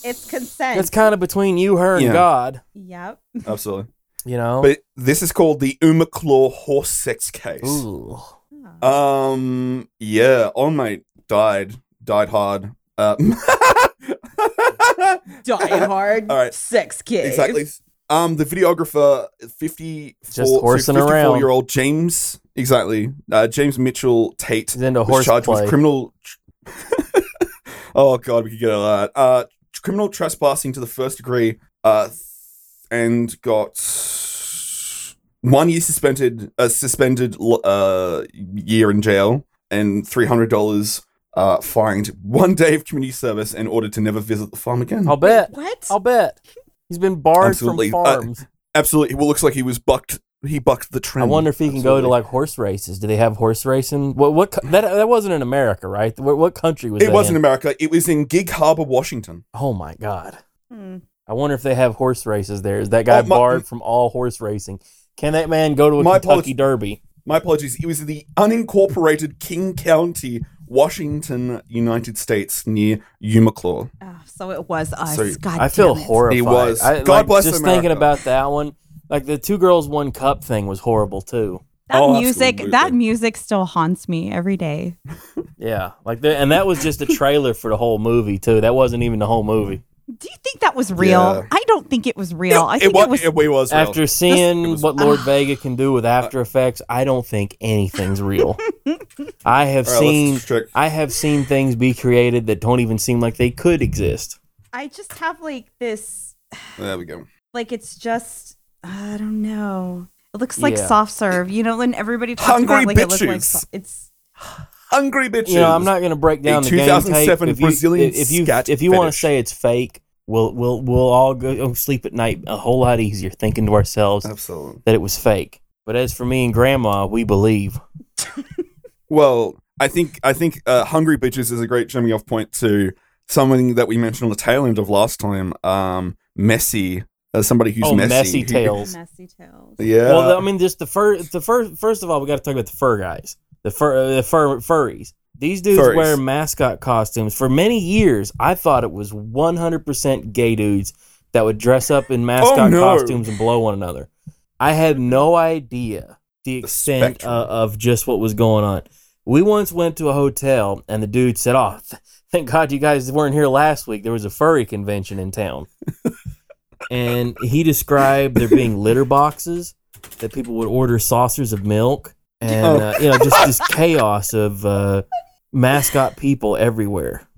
Speaker 3: It's consent.
Speaker 2: That's kind of between you, her, and
Speaker 1: Yeah.
Speaker 2: God.
Speaker 3: Yep.
Speaker 1: Absolutely.
Speaker 2: You know.
Speaker 1: But this is called the Uma Claw horse sex case.
Speaker 2: Ooh.
Speaker 1: Um yeah, on mate died. Died hard. Uh,
Speaker 3: Die hard.
Speaker 1: All right.
Speaker 3: Sex kid.
Speaker 1: exactly. Um the videographer 54
Speaker 2: horsing around.
Speaker 1: year old James exactly. Uh, James Mitchell Tate
Speaker 2: He's into
Speaker 1: was
Speaker 2: horse
Speaker 1: charged
Speaker 2: play.
Speaker 1: with criminal. oh god, we could get a lot. Uh, criminal trespassing to the first degree, uh, th- and got one year suspended, uh, suspended l- uh, year in jail, and three hundred dollars uh, fined. One day of community service, and ordered to never visit the farm again.
Speaker 2: I'll bet.
Speaker 3: What?
Speaker 2: I'll bet. He's been barred
Speaker 1: Absolutely. Uh,
Speaker 2: from farms.
Speaker 1: Absolutely, well, looks like he was bucked. He bucked the
Speaker 2: I
Speaker 1: trend.
Speaker 2: wonder if he can go to
Speaker 1: Hmm. Absolutely.
Speaker 2: like horse races. Do they have horse racing? What what co- that that wasn't in America, right? What, what country was
Speaker 1: It
Speaker 2: that
Speaker 1: was in
Speaker 2: in?
Speaker 1: America. It was in Gig Harbor, Washington.
Speaker 2: Oh my god.
Speaker 3: Hmm.
Speaker 2: I wonder if they have horse races there. Is that guy
Speaker 1: Oh, my-
Speaker 2: barred from all horse racing? Can that man go to a
Speaker 1: My
Speaker 2: Kentucky Derby?
Speaker 1: My apologies. It was the unincorporated King County, Washington, United States, near Umaclaw.
Speaker 3: Oh, so it was us.
Speaker 1: So,
Speaker 3: God
Speaker 2: I feel
Speaker 3: damn it.
Speaker 2: horrified.
Speaker 1: He was.
Speaker 2: I,
Speaker 1: God
Speaker 2: like,
Speaker 1: bless
Speaker 2: Just
Speaker 1: America.
Speaker 2: thinking about that one, like the two girls one cup thing was horrible too.
Speaker 3: That
Speaker 1: Oh,
Speaker 3: music,
Speaker 1: absolutely.
Speaker 3: that music still haunts me every day.
Speaker 2: Yeah, like the, and that was just a trailer for the whole movie too. That wasn't even the whole movie.
Speaker 3: Do you think that was real?
Speaker 1: Yeah.
Speaker 3: I don't think it was real. I think
Speaker 1: wa-
Speaker 3: it was.
Speaker 1: It, was real.
Speaker 2: After seeing
Speaker 1: was-
Speaker 2: what Lord Vega can do with After Effects, I don't think anything's real. I have
Speaker 1: All right, let's
Speaker 2: seen
Speaker 1: check.
Speaker 2: I have seen things be created that don't even seem like they could exist.
Speaker 3: I just have like this,
Speaker 1: There we go.
Speaker 3: like it's just. I don't know. It looks like
Speaker 2: Yeah.
Speaker 3: soft serve, you know. When everybody talks
Speaker 1: Hungry
Speaker 3: about like it looks like
Speaker 1: bitches.
Speaker 3: so- it's.
Speaker 1: Hungry bitches.
Speaker 2: You know, I'm not going to break down the game
Speaker 1: 2007
Speaker 2: tape. If you,
Speaker 1: Brazilian
Speaker 2: if you
Speaker 1: scat
Speaker 2: if you want to
Speaker 1: fetish.
Speaker 2: say it's fake, we'll we'll we'll all go go sleep at night a whole lot easier thinking to ourselves
Speaker 1: Absolutely.
Speaker 2: that it was fake. But as for me and Grandma, we believe.
Speaker 1: Well, I think I think uh, hungry bitches is a great jumping off point to something that we mentioned on the tail end of last time. Um, messy. Uh, somebody who's Oh,
Speaker 2: oh,
Speaker 1: messy.
Speaker 2: messy
Speaker 1: who-
Speaker 2: tales.
Speaker 3: Messy tales.
Speaker 1: Yeah.
Speaker 2: Well, I mean, just the first, the first, first of all, we got to talk about the fur guys, the fur, uh, the fur furries. These dudes
Speaker 1: Furries.
Speaker 2: wear mascot costumes. For many years, I thought it was 100% gay dudes that would dress up in mascot
Speaker 1: Oh, no.
Speaker 2: costumes and blow one another. I had no idea the
Speaker 1: The
Speaker 2: extent
Speaker 1: spectrum.
Speaker 2: uh, of just what was going on. We once went to a hotel and the dude said, "Oh, th- thank God you guys weren't here last week. There was a furry convention in town." and he described there being litter boxes that people would order saucers of milk and
Speaker 1: Oh.
Speaker 2: uh, you know just this chaos of uh, mascot people everywhere.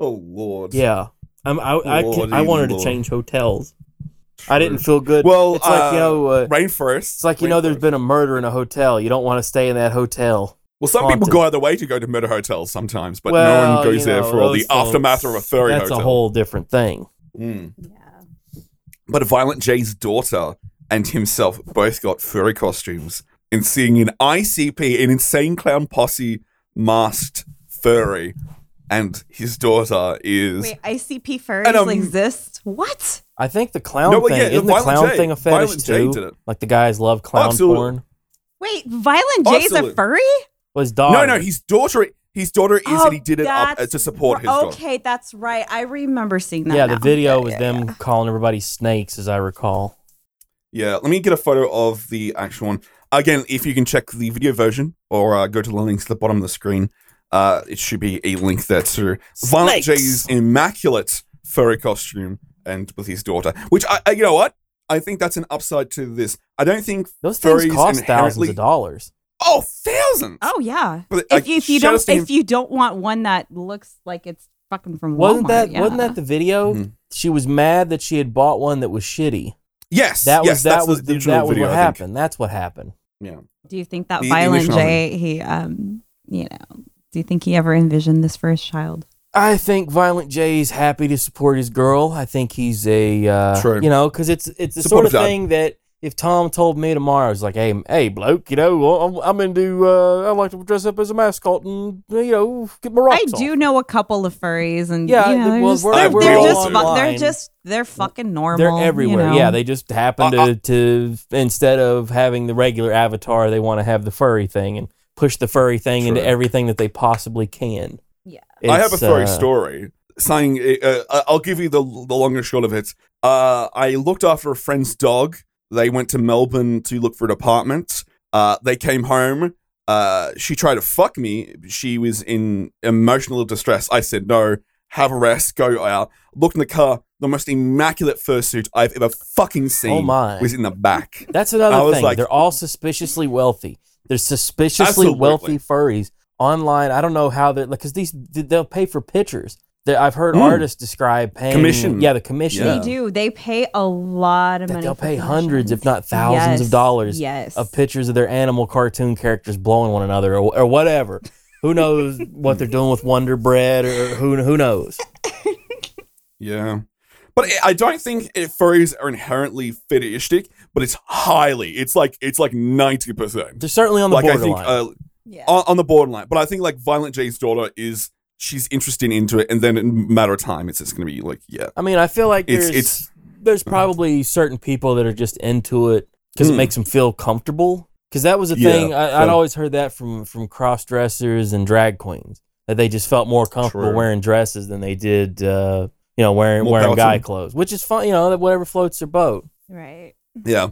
Speaker 1: oh lord.
Speaker 2: Yeah, I'm, I I, can, I
Speaker 1: Lordy
Speaker 2: wanted
Speaker 1: lord.
Speaker 2: to change hotels. I didn't feel good.
Speaker 1: Well,
Speaker 2: it's like you
Speaker 1: uh,
Speaker 2: know, uh,
Speaker 1: Rainforest.
Speaker 2: it's like you know, there's been a murder in a hotel. You don't want to stay in that hotel.
Speaker 1: Well, some
Speaker 2: haunted.
Speaker 1: people go out of their way to go to murder hotels sometimes, but no
Speaker 2: Well,
Speaker 1: one goes
Speaker 2: you
Speaker 1: there
Speaker 2: know,
Speaker 1: for all the
Speaker 2: those folks,
Speaker 1: aftermath of a furry
Speaker 2: That's
Speaker 1: hotel.
Speaker 2: a whole different thing.
Speaker 1: Mm.
Speaker 3: Yeah.
Speaker 1: But Violent J's daughter and himself both got furry costumes in seeing an ICP, an insane clown posse masked furry, and his daughter is
Speaker 3: Wait, ICP furries
Speaker 1: And, um,
Speaker 3: exist? What?
Speaker 2: I think the clown
Speaker 1: No, but
Speaker 2: thing
Speaker 1: yeah,
Speaker 2: isn't the
Speaker 1: Violent
Speaker 2: clown
Speaker 1: J-
Speaker 2: thing a
Speaker 1: Violent
Speaker 2: fetish
Speaker 1: J
Speaker 2: too.
Speaker 1: did it.
Speaker 2: Like the guys love clown
Speaker 1: Absolutely.
Speaker 2: porn.
Speaker 3: Wait, Violent J's a
Speaker 1: Absolutely.
Speaker 3: furry?
Speaker 2: Was dog?
Speaker 1: no, no, his daughter. His daughter is, and he did it up uh,
Speaker 3: Oh, that's
Speaker 1: to support his
Speaker 3: ri-
Speaker 1: daughter.
Speaker 3: Okay, that's right. I remember seeing that.
Speaker 2: yeah,
Speaker 3: now.
Speaker 2: the video was them calling everybody snakes, as I recall.
Speaker 1: Yeah, let me get a photo of the actual one. Again, if you can check the video version or uh, go to the links at the bottom of the screen, uh, it should be a link there to Violent
Speaker 2: Snakes.
Speaker 1: J's immaculate furry costume and with his daughter. Which I, I, you know what, I think that's an upside to this. I don't think
Speaker 2: Those things
Speaker 1: Furries
Speaker 2: cost thousands
Speaker 1: inherently-
Speaker 2: of dollars. Uh,
Speaker 1: oh thousands.
Speaker 3: Oh yeah.
Speaker 1: But,
Speaker 3: If,
Speaker 1: like,
Speaker 3: you- if you
Speaker 1: shadow
Speaker 3: don't
Speaker 1: steam-
Speaker 3: if you don't want one that looks like it's fucking from
Speaker 2: Wasn't
Speaker 3: Walmart,
Speaker 2: that
Speaker 3: yeah.
Speaker 2: wasn't that the video?
Speaker 1: Mhm.
Speaker 2: She was mad that she had bought one that was shitty.
Speaker 1: yes,
Speaker 2: That
Speaker 1: yes,
Speaker 2: was that
Speaker 1: that's
Speaker 2: was
Speaker 1: the,
Speaker 2: the,
Speaker 1: original
Speaker 2: that was
Speaker 1: video,
Speaker 2: what
Speaker 1: I think.
Speaker 2: happened. That's what happened.
Speaker 3: Do you think that
Speaker 1: The
Speaker 3: Violent
Speaker 1: initial
Speaker 3: J he um you know do you think he ever envisioned this for his child?
Speaker 2: I think Violent J is happy to support his girl. I think he's a uh,
Speaker 1: True.
Speaker 2: you know because it's it's the
Speaker 1: Supportive
Speaker 2: sort of
Speaker 1: dad.
Speaker 2: thing that if Tom told me tomorrow, it's like, hey, m- hey, bloke, you know, I'm, I'm into uh, I like to dress up as a mascot and you know get my rocks
Speaker 3: I
Speaker 2: off.
Speaker 3: do know a couple of furries and
Speaker 2: Yeah,
Speaker 3: you know,
Speaker 2: the-
Speaker 3: they're
Speaker 2: well,
Speaker 3: just,
Speaker 2: we're-
Speaker 3: they're,
Speaker 1: we're
Speaker 3: they're
Speaker 1: all
Speaker 3: just fu- they're
Speaker 2: online.
Speaker 3: just they're fucking normal.
Speaker 2: They're
Speaker 3: you
Speaker 2: everywhere.
Speaker 3: know?
Speaker 2: Yeah, they just happen to,
Speaker 1: Uh, uh-
Speaker 2: to instead of having the regular avatar, they want to have the furry thing and push the furry thing into
Speaker 1: True.
Speaker 2: everything that they possibly can.
Speaker 3: Yeah.
Speaker 1: I have a
Speaker 2: It's,
Speaker 1: furry
Speaker 2: uh,
Speaker 1: story. Saying, uh, uh, I'll give you the the long and short of it. Uh, I looked after a friend's dog. They went to Melbourne to look for an apartment. Uh, they came home. Uh, she tried to fuck me. She was in emotional distress. I said no. Have a rest. Go out. Looked in the car. The most immaculate fursuit I've ever fucking seen
Speaker 2: Oh my.
Speaker 1: was in the back.
Speaker 2: That's
Speaker 1: I
Speaker 2: another
Speaker 1: was
Speaker 2: thing.
Speaker 1: like-
Speaker 2: They're all suspiciously wealthy. They're suspiciously
Speaker 1: Absolutely.
Speaker 2: wealthy furries online. I don't know how they because these they'll pay for pictures. They- I've heard
Speaker 1: Mm.
Speaker 2: artists describe paying
Speaker 1: Commission.
Speaker 2: Yeah, the commission.
Speaker 1: Yeah.
Speaker 3: They do. They pay a lot of
Speaker 2: That
Speaker 3: money.
Speaker 2: they'll
Speaker 3: for
Speaker 2: pay hundreds,
Speaker 3: commissions.
Speaker 2: if not thousands of
Speaker 3: Yes,
Speaker 2: dollars
Speaker 3: Yes.
Speaker 2: of pictures of their animal cartoon characters blowing one another or, or whatever. Who knows what they're doing with Wonder Bread or who who knows?
Speaker 1: Yeah. But I- I don't think it- furries are inherently fetishistic, but it's highly. It's like it's like ninety percent.
Speaker 2: They're certainly on the
Speaker 1: Like I
Speaker 2: borderline.
Speaker 1: think uh,
Speaker 3: yeah.
Speaker 1: on, on the borderline, but I think like Violent J's daughter is she's interested into it, and then in a matter of time, it's just gonna be like yeah,
Speaker 2: I mean, I feel like
Speaker 1: it's
Speaker 2: there's
Speaker 1: it's
Speaker 2: there's probably certain people that are just into it because
Speaker 1: Mm.
Speaker 2: it makes them feel comfortable. Because that was a
Speaker 1: Yeah,
Speaker 2: thing I, I'd
Speaker 1: so-
Speaker 2: always heard that from from cross dressers and drag queens that they just felt more comfortable
Speaker 1: True.
Speaker 2: wearing dresses than they did uh, you know wearing
Speaker 1: More
Speaker 2: wearing guy
Speaker 1: palatable.
Speaker 2: clothes, which is fun. You know, whatever floats their boat.
Speaker 3: Right.
Speaker 1: yeah.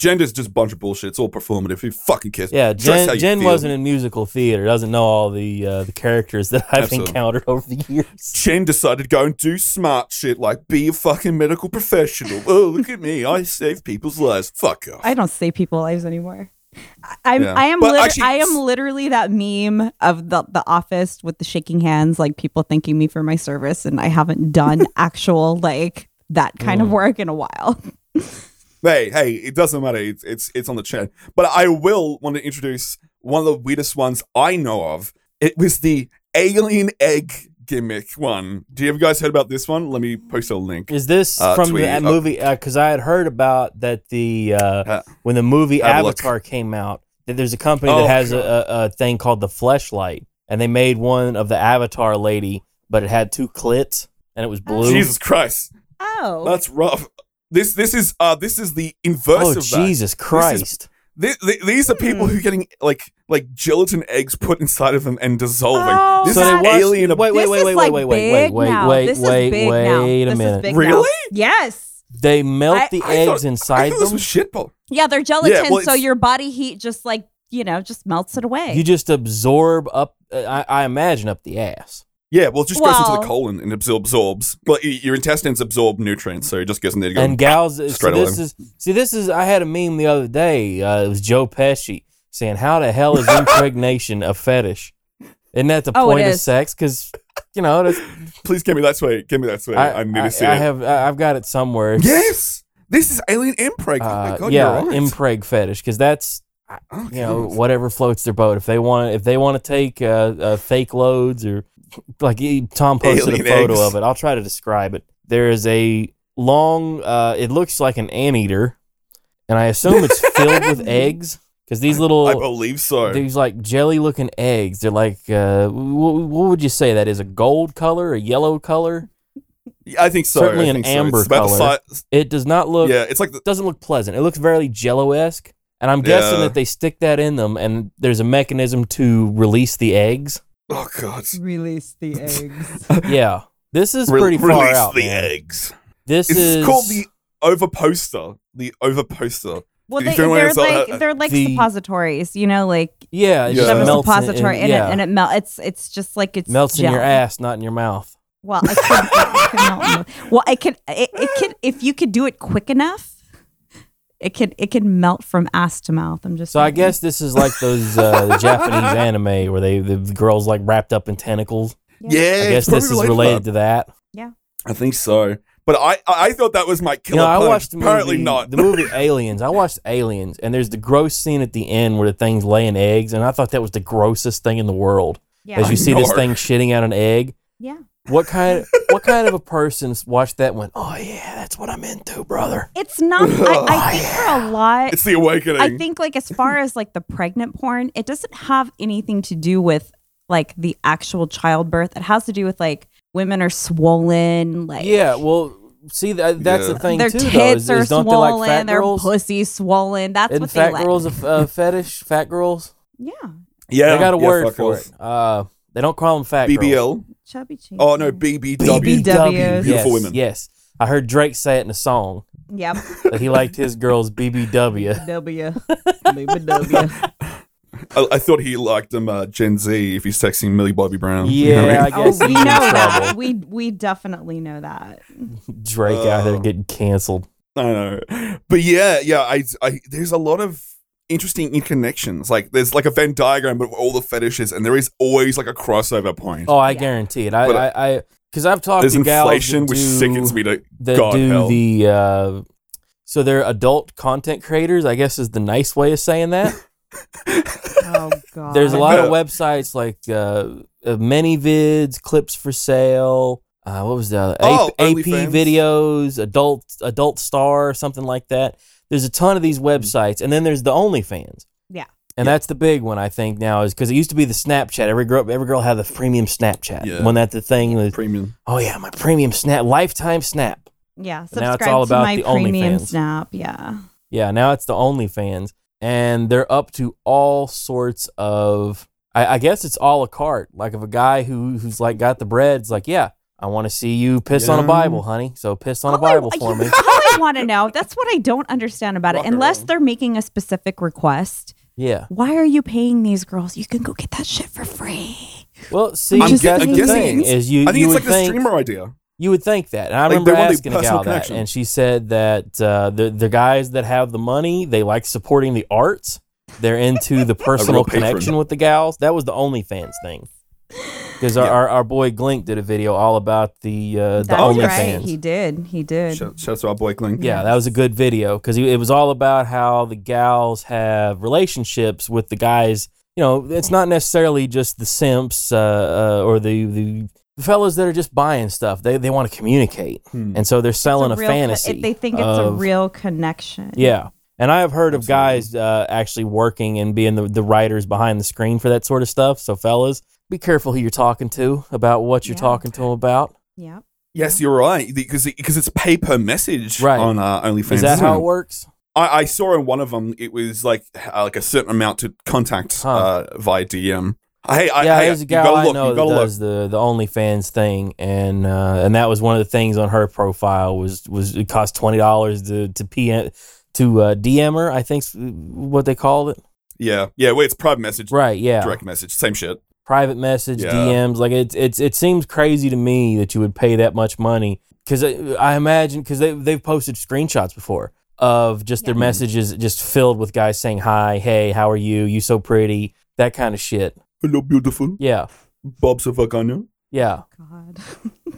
Speaker 1: Gender's just a bunch of bullshit. It's all performative. You fucking kiss.
Speaker 2: Yeah,
Speaker 1: Dress how
Speaker 2: Jen,
Speaker 1: you
Speaker 2: Jen
Speaker 1: feel.
Speaker 2: wasn't in musical theater. Doesn't know all the uh, the characters that I've
Speaker 1: Absolutely.
Speaker 2: encountered over the years.
Speaker 1: Jen decided to go and do smart shit like be a fucking medical professional. oh, look at me. I save people's lives. Fuck off.
Speaker 3: I don't save people lives anymore. I- I'm,
Speaker 1: Yeah.
Speaker 3: I am,
Speaker 1: But
Speaker 3: lit-
Speaker 1: actually-
Speaker 3: I am literally that meme of the the office with the shaking hands, like people thanking me for my service, and I haven't done actual like that kind
Speaker 2: Mm.
Speaker 3: of work in a while.
Speaker 1: Hey, hey, it doesn't matter. It's it's it's on the chat. But I will want to introduce one of the weirdest ones I know of. It was the alien egg gimmick one. Do you have you guys heard about this one? Let me post a link.
Speaker 2: Is this
Speaker 1: Uh,
Speaker 2: from
Speaker 1: tweet,
Speaker 2: that
Speaker 1: uh,
Speaker 2: movie? Because I had heard about that the uh,
Speaker 1: Uh,
Speaker 2: when the movie
Speaker 1: have a look.
Speaker 2: Avatar came out that there's a company
Speaker 1: Oh,
Speaker 2: that has a, a, a thing called the Fleshlight, and they made one of the Avatar lady, but it had two clits and it was blue.
Speaker 1: Oh, Jesus Christ,
Speaker 3: Oh,
Speaker 1: that's rough. This this is uh this is the inverse
Speaker 2: Oh
Speaker 1: of that.
Speaker 2: Jesus Christ!
Speaker 1: Th- th- these are people who are getting like like gelatin eggs put inside of them and dissolving.
Speaker 3: Oh,
Speaker 1: this
Speaker 3: So
Speaker 1: is
Speaker 3: they
Speaker 1: an
Speaker 3: watch-
Speaker 1: alien.
Speaker 2: wait, wait,
Speaker 3: This
Speaker 2: wait,
Speaker 3: is,
Speaker 2: wait,
Speaker 3: like,
Speaker 2: wait, wait,
Speaker 3: big
Speaker 2: wait, wait,
Speaker 3: now.
Speaker 2: wait,
Speaker 3: This is
Speaker 2: wait,
Speaker 3: big now.
Speaker 2: wait a
Speaker 3: This is
Speaker 2: minute.
Speaker 3: big now.
Speaker 1: Really?
Speaker 3: Yes.
Speaker 2: They melt
Speaker 3: I-
Speaker 2: the
Speaker 1: I
Speaker 2: eggs
Speaker 1: thought- I
Speaker 2: inside
Speaker 1: thought this
Speaker 2: them.
Speaker 1: was shit, but
Speaker 3: Yeah, they're gelatin,
Speaker 1: well,
Speaker 3: so
Speaker 1: it's-
Speaker 3: your body heat just like you know just melts it away.
Speaker 2: You just absorb up. I, I imagine up the ass.
Speaker 1: Yeah, well, it just goes into
Speaker 3: Well-
Speaker 1: the colon and absorbs. absorbs. But y- your intestines absorb nutrients, so it just goes in there to go.
Speaker 2: and gals see,
Speaker 1: straight
Speaker 2: this is see this is i had a meme the other day uh, it was joe pesci saying how the hell is impregnation a fetish isn't that the
Speaker 3: Oh, it
Speaker 2: point of
Speaker 3: is.
Speaker 2: sex because you know that's,
Speaker 1: Please give me that sweet. Give me that sweet. I,
Speaker 2: I,
Speaker 1: need
Speaker 2: I-
Speaker 1: to see
Speaker 2: I
Speaker 1: it.
Speaker 2: have I, i've got it somewhere It's,
Speaker 1: yes, this is alien impreg. oh
Speaker 2: uh,
Speaker 1: my god,
Speaker 2: yeah
Speaker 1: you're right.
Speaker 2: impreg fetish because that's
Speaker 1: Oh,
Speaker 2: you know
Speaker 1: God.
Speaker 2: whatever floats their boat if they want if they want to take uh, uh, fake loads or like he- tom posted
Speaker 1: Alien
Speaker 2: a photo
Speaker 1: eggs.
Speaker 2: of it i'll try to describe it there is a long uh, it looks like an anteater and i assume it's filled with eggs because these
Speaker 1: I
Speaker 2: little
Speaker 1: believe so.
Speaker 2: these like jelly looking eggs they're like uh, wh- what would you say that is a gold color a yellow color
Speaker 1: I think so.
Speaker 2: certainly
Speaker 1: I
Speaker 2: an
Speaker 1: think so.
Speaker 2: amber
Speaker 1: it's about the
Speaker 2: color.
Speaker 1: size-
Speaker 2: it does not look
Speaker 1: Yeah, it's like the,
Speaker 2: doesn't look pleasant. It looks very jello-esque. And I'm guessing
Speaker 1: Yeah.
Speaker 2: that they stick that in them and there's a mechanism to release the eggs.
Speaker 1: oh god.
Speaker 3: release the eggs.
Speaker 2: Yeah. This is
Speaker 1: Re-
Speaker 2: pretty far
Speaker 1: release
Speaker 2: out.
Speaker 1: the
Speaker 2: man.
Speaker 1: eggs.
Speaker 2: This
Speaker 1: It's
Speaker 2: is
Speaker 1: called the overposter. The overposter.
Speaker 3: well,
Speaker 1: If
Speaker 3: they,
Speaker 1: you don't wanna
Speaker 3: they're
Speaker 1: sell that-
Speaker 3: like they're like
Speaker 2: uh, The-
Speaker 3: suppositories, you know, like
Speaker 2: Yeah,
Speaker 1: Yeah.
Speaker 2: it just
Speaker 3: shove a
Speaker 2: melts in-
Speaker 3: suppository in,
Speaker 2: in, yeah.
Speaker 3: it, and it melt. It's it's just like it's
Speaker 2: melts in your
Speaker 3: gel.
Speaker 2: ass, not in your mouth.
Speaker 3: Well, I can, it can melt in the- well, it can it, it can if you could do it quick enough, it can it can melt from ass to mouth. I'm just
Speaker 2: So I
Speaker 3: saying.
Speaker 2: guess this is like those uh, the Japanese anime where they the, the girls like wrapped up in tentacles.
Speaker 1: Yeah,
Speaker 2: I
Speaker 1: it's
Speaker 2: guess
Speaker 1: probably
Speaker 2: this is
Speaker 1: to that.
Speaker 2: related to that.
Speaker 1: I think so. But I I thought that was my
Speaker 2: You
Speaker 1: killer.
Speaker 2: know, I
Speaker 1: punch.
Speaker 2: watched the movie,
Speaker 1: Apparently not.
Speaker 2: the movie Aliens. I watched Aliens, and there's the gross scene at the end where the thing's laying eggs, and I thought that was the grossest thing in the world.
Speaker 3: yeah.
Speaker 2: as you see this
Speaker 1: Narc.
Speaker 2: thing shitting out an egg.
Speaker 3: yeah.
Speaker 2: What kind? what kind of a person watched that? and Went, oh yeah, that's what I'm into, brother.
Speaker 3: It's not. I, I think for a lot,
Speaker 1: it's the awakening.
Speaker 3: I think like as far as like the pregnant porn, it doesn't have anything to do with like the actual childbirth. It has to do with like women are swollen, like
Speaker 2: Yeah, well, see, that, that's
Speaker 1: Yeah.
Speaker 2: the thing
Speaker 3: their
Speaker 2: too,
Speaker 3: tits
Speaker 2: though. Is,
Speaker 3: are
Speaker 2: is don't they
Speaker 3: swollen,
Speaker 2: like fat
Speaker 3: their
Speaker 2: girls?
Speaker 3: pussies swollen. That's
Speaker 2: Isn't
Speaker 3: what
Speaker 2: fat
Speaker 3: they like.
Speaker 2: girls a f- a fetish? Fat girls?
Speaker 3: yeah,
Speaker 1: yeah,
Speaker 2: they got a
Speaker 1: yeah,
Speaker 2: word
Speaker 1: fuck
Speaker 2: for
Speaker 1: off.
Speaker 2: it. Uh, they don't call them fat girls.
Speaker 1: BBL.
Speaker 3: chubby cheeks.
Speaker 1: Oh no, BBW.
Speaker 3: BBWs.
Speaker 1: Beautiful
Speaker 2: yes,
Speaker 1: women.
Speaker 2: Yes, I heard Drake say it in a song
Speaker 3: Yep.
Speaker 2: that he liked his girls BBW.
Speaker 3: W. W.
Speaker 1: I, I thought he liked them uh, Gen Z if he's texting Millie Bobby Brown.
Speaker 2: Yeah,
Speaker 1: what I
Speaker 2: I guess
Speaker 3: Oh,
Speaker 2: he's
Speaker 3: we know
Speaker 2: in
Speaker 3: that.
Speaker 2: trouble.
Speaker 3: We we definitely know that.
Speaker 2: Drake out there
Speaker 1: Oh.
Speaker 2: getting canceled.
Speaker 1: I know. But yeah, yeah, I, I there's a lot of interesting interconnections. Like there's like a Venn diagram but all the fetishes and there is always like a crossover point.
Speaker 2: Oh, I
Speaker 3: Yeah.
Speaker 2: guarantee it. I,
Speaker 1: But, uh,
Speaker 2: I, I, because I've talked
Speaker 1: there's
Speaker 2: to gals that
Speaker 1: inflation which
Speaker 2: do-
Speaker 1: sickens me to
Speaker 2: that
Speaker 1: God
Speaker 2: do
Speaker 1: hell.
Speaker 2: the uh, so they're adult content creators. I guess is the nice way of saying that.
Speaker 3: Oh god.
Speaker 2: There's a lot of
Speaker 1: Yeah.
Speaker 2: websites like uh, uh, many vids, clips for sale. Uh, what was the other?
Speaker 1: Oh,
Speaker 2: AP, AP
Speaker 1: OnlyFans.
Speaker 2: videos, adult adult star, something like that. There's a ton of these
Speaker 1: Hmm.
Speaker 2: websites, and then there's the OnlyFans.
Speaker 3: Yeah.
Speaker 2: And that's the big one I think now is because it used to be the Snapchat. Every girl, every girl had the premium Snapchat.
Speaker 1: Yeah.
Speaker 2: When that the thing, was,
Speaker 1: premium.
Speaker 2: oh yeah, my premium snap, lifetime snap.
Speaker 3: yeah.
Speaker 2: now it's
Speaker 3: Subscribe
Speaker 2: all
Speaker 3: to
Speaker 2: about
Speaker 3: my
Speaker 2: the
Speaker 3: premium
Speaker 2: OnlyFans.
Speaker 3: snap. Yeah.
Speaker 2: Yeah, now it's the OnlyFans, and they're up to all sorts of. I, I guess it's a la carte. Like if a guy who who's like got the bread's like, yeah, I want to see you piss on a
Speaker 1: Yeah.
Speaker 2: Bible, honey. So piss on a
Speaker 1: Oh
Speaker 3: All I-
Speaker 2: Bible for me.
Speaker 3: That's all I want to know. That's what I don't understand about it.
Speaker 1: Walk
Speaker 3: Unless
Speaker 1: around.
Speaker 3: they're making a specific request,
Speaker 2: Yeah.
Speaker 3: why are you paying these girls? You can go get that shit for free.
Speaker 2: Well, see,
Speaker 3: I'm
Speaker 2: that's
Speaker 3: gu- I'm
Speaker 2: the
Speaker 3: guessing
Speaker 2: thing
Speaker 1: it's-
Speaker 2: is you.
Speaker 1: I think
Speaker 2: you
Speaker 1: it's
Speaker 2: would
Speaker 1: like the
Speaker 2: think,
Speaker 1: streamer idea.
Speaker 2: You would think that. And I
Speaker 1: Like,
Speaker 2: remember
Speaker 1: they want the
Speaker 2: asking a
Speaker 1: personal
Speaker 2: gal that,
Speaker 1: connection.
Speaker 2: and she said that uh, the the guys that have the money, they like supporting the arts. They're into the personal
Speaker 1: patron.
Speaker 2: connection with the gals. That was the OnlyFans thing. Because our,
Speaker 1: Yeah.
Speaker 2: our, our boy Glink did a video all about the uh, the
Speaker 3: That's
Speaker 1: only
Speaker 2: OnlyFans.
Speaker 3: right. He did. He did.
Speaker 1: Shout, shouts to our boy Kling.
Speaker 2: Yeah, that was a good video because it was all about how the gals have relationships with the guys. You know, it's not necessarily just the simps uh, uh, or the, the the fellas that are just buying stuff. They they want to communicate,
Speaker 1: Hmm.
Speaker 2: and so they're selling a,
Speaker 3: real-
Speaker 2: fantasy.
Speaker 3: If they think it's a
Speaker 2: of-
Speaker 3: real connection.
Speaker 2: yeah. And I have heard of guys uh, actually working and being the, the writers behind the screen for that sort of stuff. So, fellas, be careful who you're talking to about what you're
Speaker 3: Yeah.
Speaker 2: talking to them about.
Speaker 3: Yep.
Speaker 1: Yes, you're right. Because because it's pay per message
Speaker 2: Right.
Speaker 1: on uh, OnlyFans.
Speaker 2: Is that
Speaker 1: isn't
Speaker 2: how
Speaker 1: it?
Speaker 2: it works?
Speaker 1: I, I saw in one of them it was like uh, like a certain amount to contact
Speaker 2: Huh.
Speaker 1: uh, via DM. Hey, I,
Speaker 2: yeah,
Speaker 1: hey,
Speaker 2: there's a
Speaker 1: you
Speaker 2: gal
Speaker 1: gotta
Speaker 2: I
Speaker 1: look,
Speaker 2: know
Speaker 1: you
Speaker 2: that
Speaker 1: gotta look.
Speaker 2: does the the OnlyFans thing, and uh, and that was one of the things on her profile was was it cost twenty dollars to to PM to uh, DM her. I think's what they called it.
Speaker 1: Yeah, yeah. Wait, it's private message,
Speaker 2: Right? Yeah,
Speaker 1: direct message, same shit.
Speaker 2: private message,
Speaker 1: Yeah.
Speaker 2: DMs. Like it's it's it seems crazy to me that you would pay that much money because I, I imagine because they they've posted screenshots before of just their
Speaker 3: Yeah.
Speaker 2: messages just filled with guys saying hi, hey, how are you? You so pretty, that kind of shit.
Speaker 1: Hello, beautiful.
Speaker 2: Yeah,
Speaker 1: Bob's a fuck on you.
Speaker 2: yeah,
Speaker 3: God.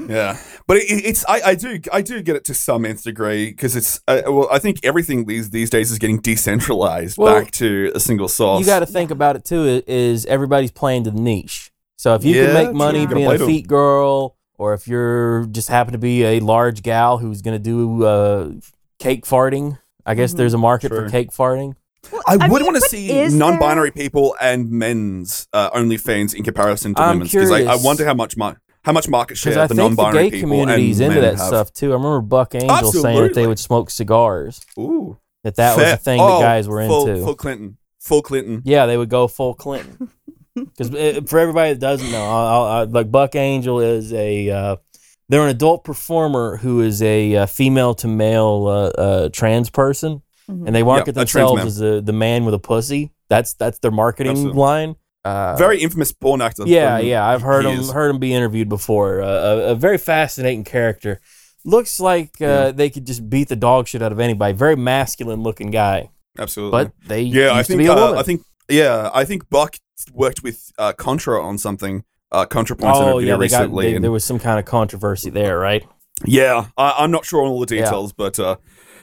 Speaker 1: Yeah, but it, it- it's I, I do I do get it to some nth degree because it's uh, well I think everything these these days is getting decentralized
Speaker 2: Well,
Speaker 1: back to a single source.
Speaker 2: you got to think about it too. i- Is everybody's playing to the niche? So if you
Speaker 1: Yeah,
Speaker 2: can make
Speaker 1: true.
Speaker 2: money
Speaker 3: You gotta
Speaker 2: being
Speaker 1: play
Speaker 2: a
Speaker 1: to 'em.
Speaker 2: feet girl, or if you're just happen to be a large gal who's going to do uh, cake farting, I guess
Speaker 3: Mhm.
Speaker 2: there's a market for
Speaker 1: Sure.
Speaker 2: cake farting.
Speaker 1: I, would
Speaker 3: mean,
Speaker 1: want to
Speaker 3: but
Speaker 1: see
Speaker 3: is there-
Speaker 1: non-binary people and men's uh, OnlyFans in comparison to
Speaker 2: I'm
Speaker 1: women's because I, I
Speaker 2: curious.
Speaker 1: wonder how much mar- how much market
Speaker 2: Because
Speaker 1: share
Speaker 2: I
Speaker 1: the
Speaker 2: think the
Speaker 1: non-binary
Speaker 2: gay
Speaker 1: people
Speaker 2: community's
Speaker 1: and
Speaker 2: into
Speaker 1: men
Speaker 2: that
Speaker 1: have.
Speaker 2: stuff too. I remember Buck Angel saying that
Speaker 1: Absolutely.
Speaker 2: they would smoke cigars.
Speaker 1: Ooh,
Speaker 2: That that was
Speaker 1: Fair-
Speaker 2: a thing
Speaker 1: oh,
Speaker 2: the guys were
Speaker 1: full,
Speaker 2: into.
Speaker 1: Full Clinton, full Clinton.
Speaker 2: Yeah, they would go full Clinton. Because for everybody that doesn't know, I'll, I'll, like Buck Angel is a uh, they're an adult performer who is a uh, female to male uh, uh, trans person,
Speaker 3: Mhm.
Speaker 2: and they market
Speaker 1: a trans
Speaker 2: themselves
Speaker 1: man.
Speaker 2: as the the man with a pussy. That's that's their marketing
Speaker 1: Absolutely.
Speaker 2: line. Uh,
Speaker 1: Very infamous porn actor.
Speaker 2: yeah,
Speaker 1: Um,
Speaker 2: yeah. I've heard
Speaker 1: he
Speaker 2: him
Speaker 1: is.
Speaker 2: heard him be interviewed before. Uh, a, a very fascinating character. Looks like uh,
Speaker 1: Yeah.
Speaker 2: they could just beat the dog shit out of anybody. Very masculine looking guy,
Speaker 1: Absolutely.
Speaker 2: but they
Speaker 1: yeah,
Speaker 2: used
Speaker 1: I
Speaker 2: to be
Speaker 1: think
Speaker 2: a
Speaker 1: uh,
Speaker 2: woman.
Speaker 1: I think yeah, I think Buck worked with uh, Contra on something. Uh, Contra points in a video
Speaker 2: Oh, they got-
Speaker 1: recently.
Speaker 2: they-
Speaker 1: and-
Speaker 2: there was some kind of controversy there, right?
Speaker 1: yeah, I, I'm not sure on all the
Speaker 2: Yeah.
Speaker 1: details, but uh,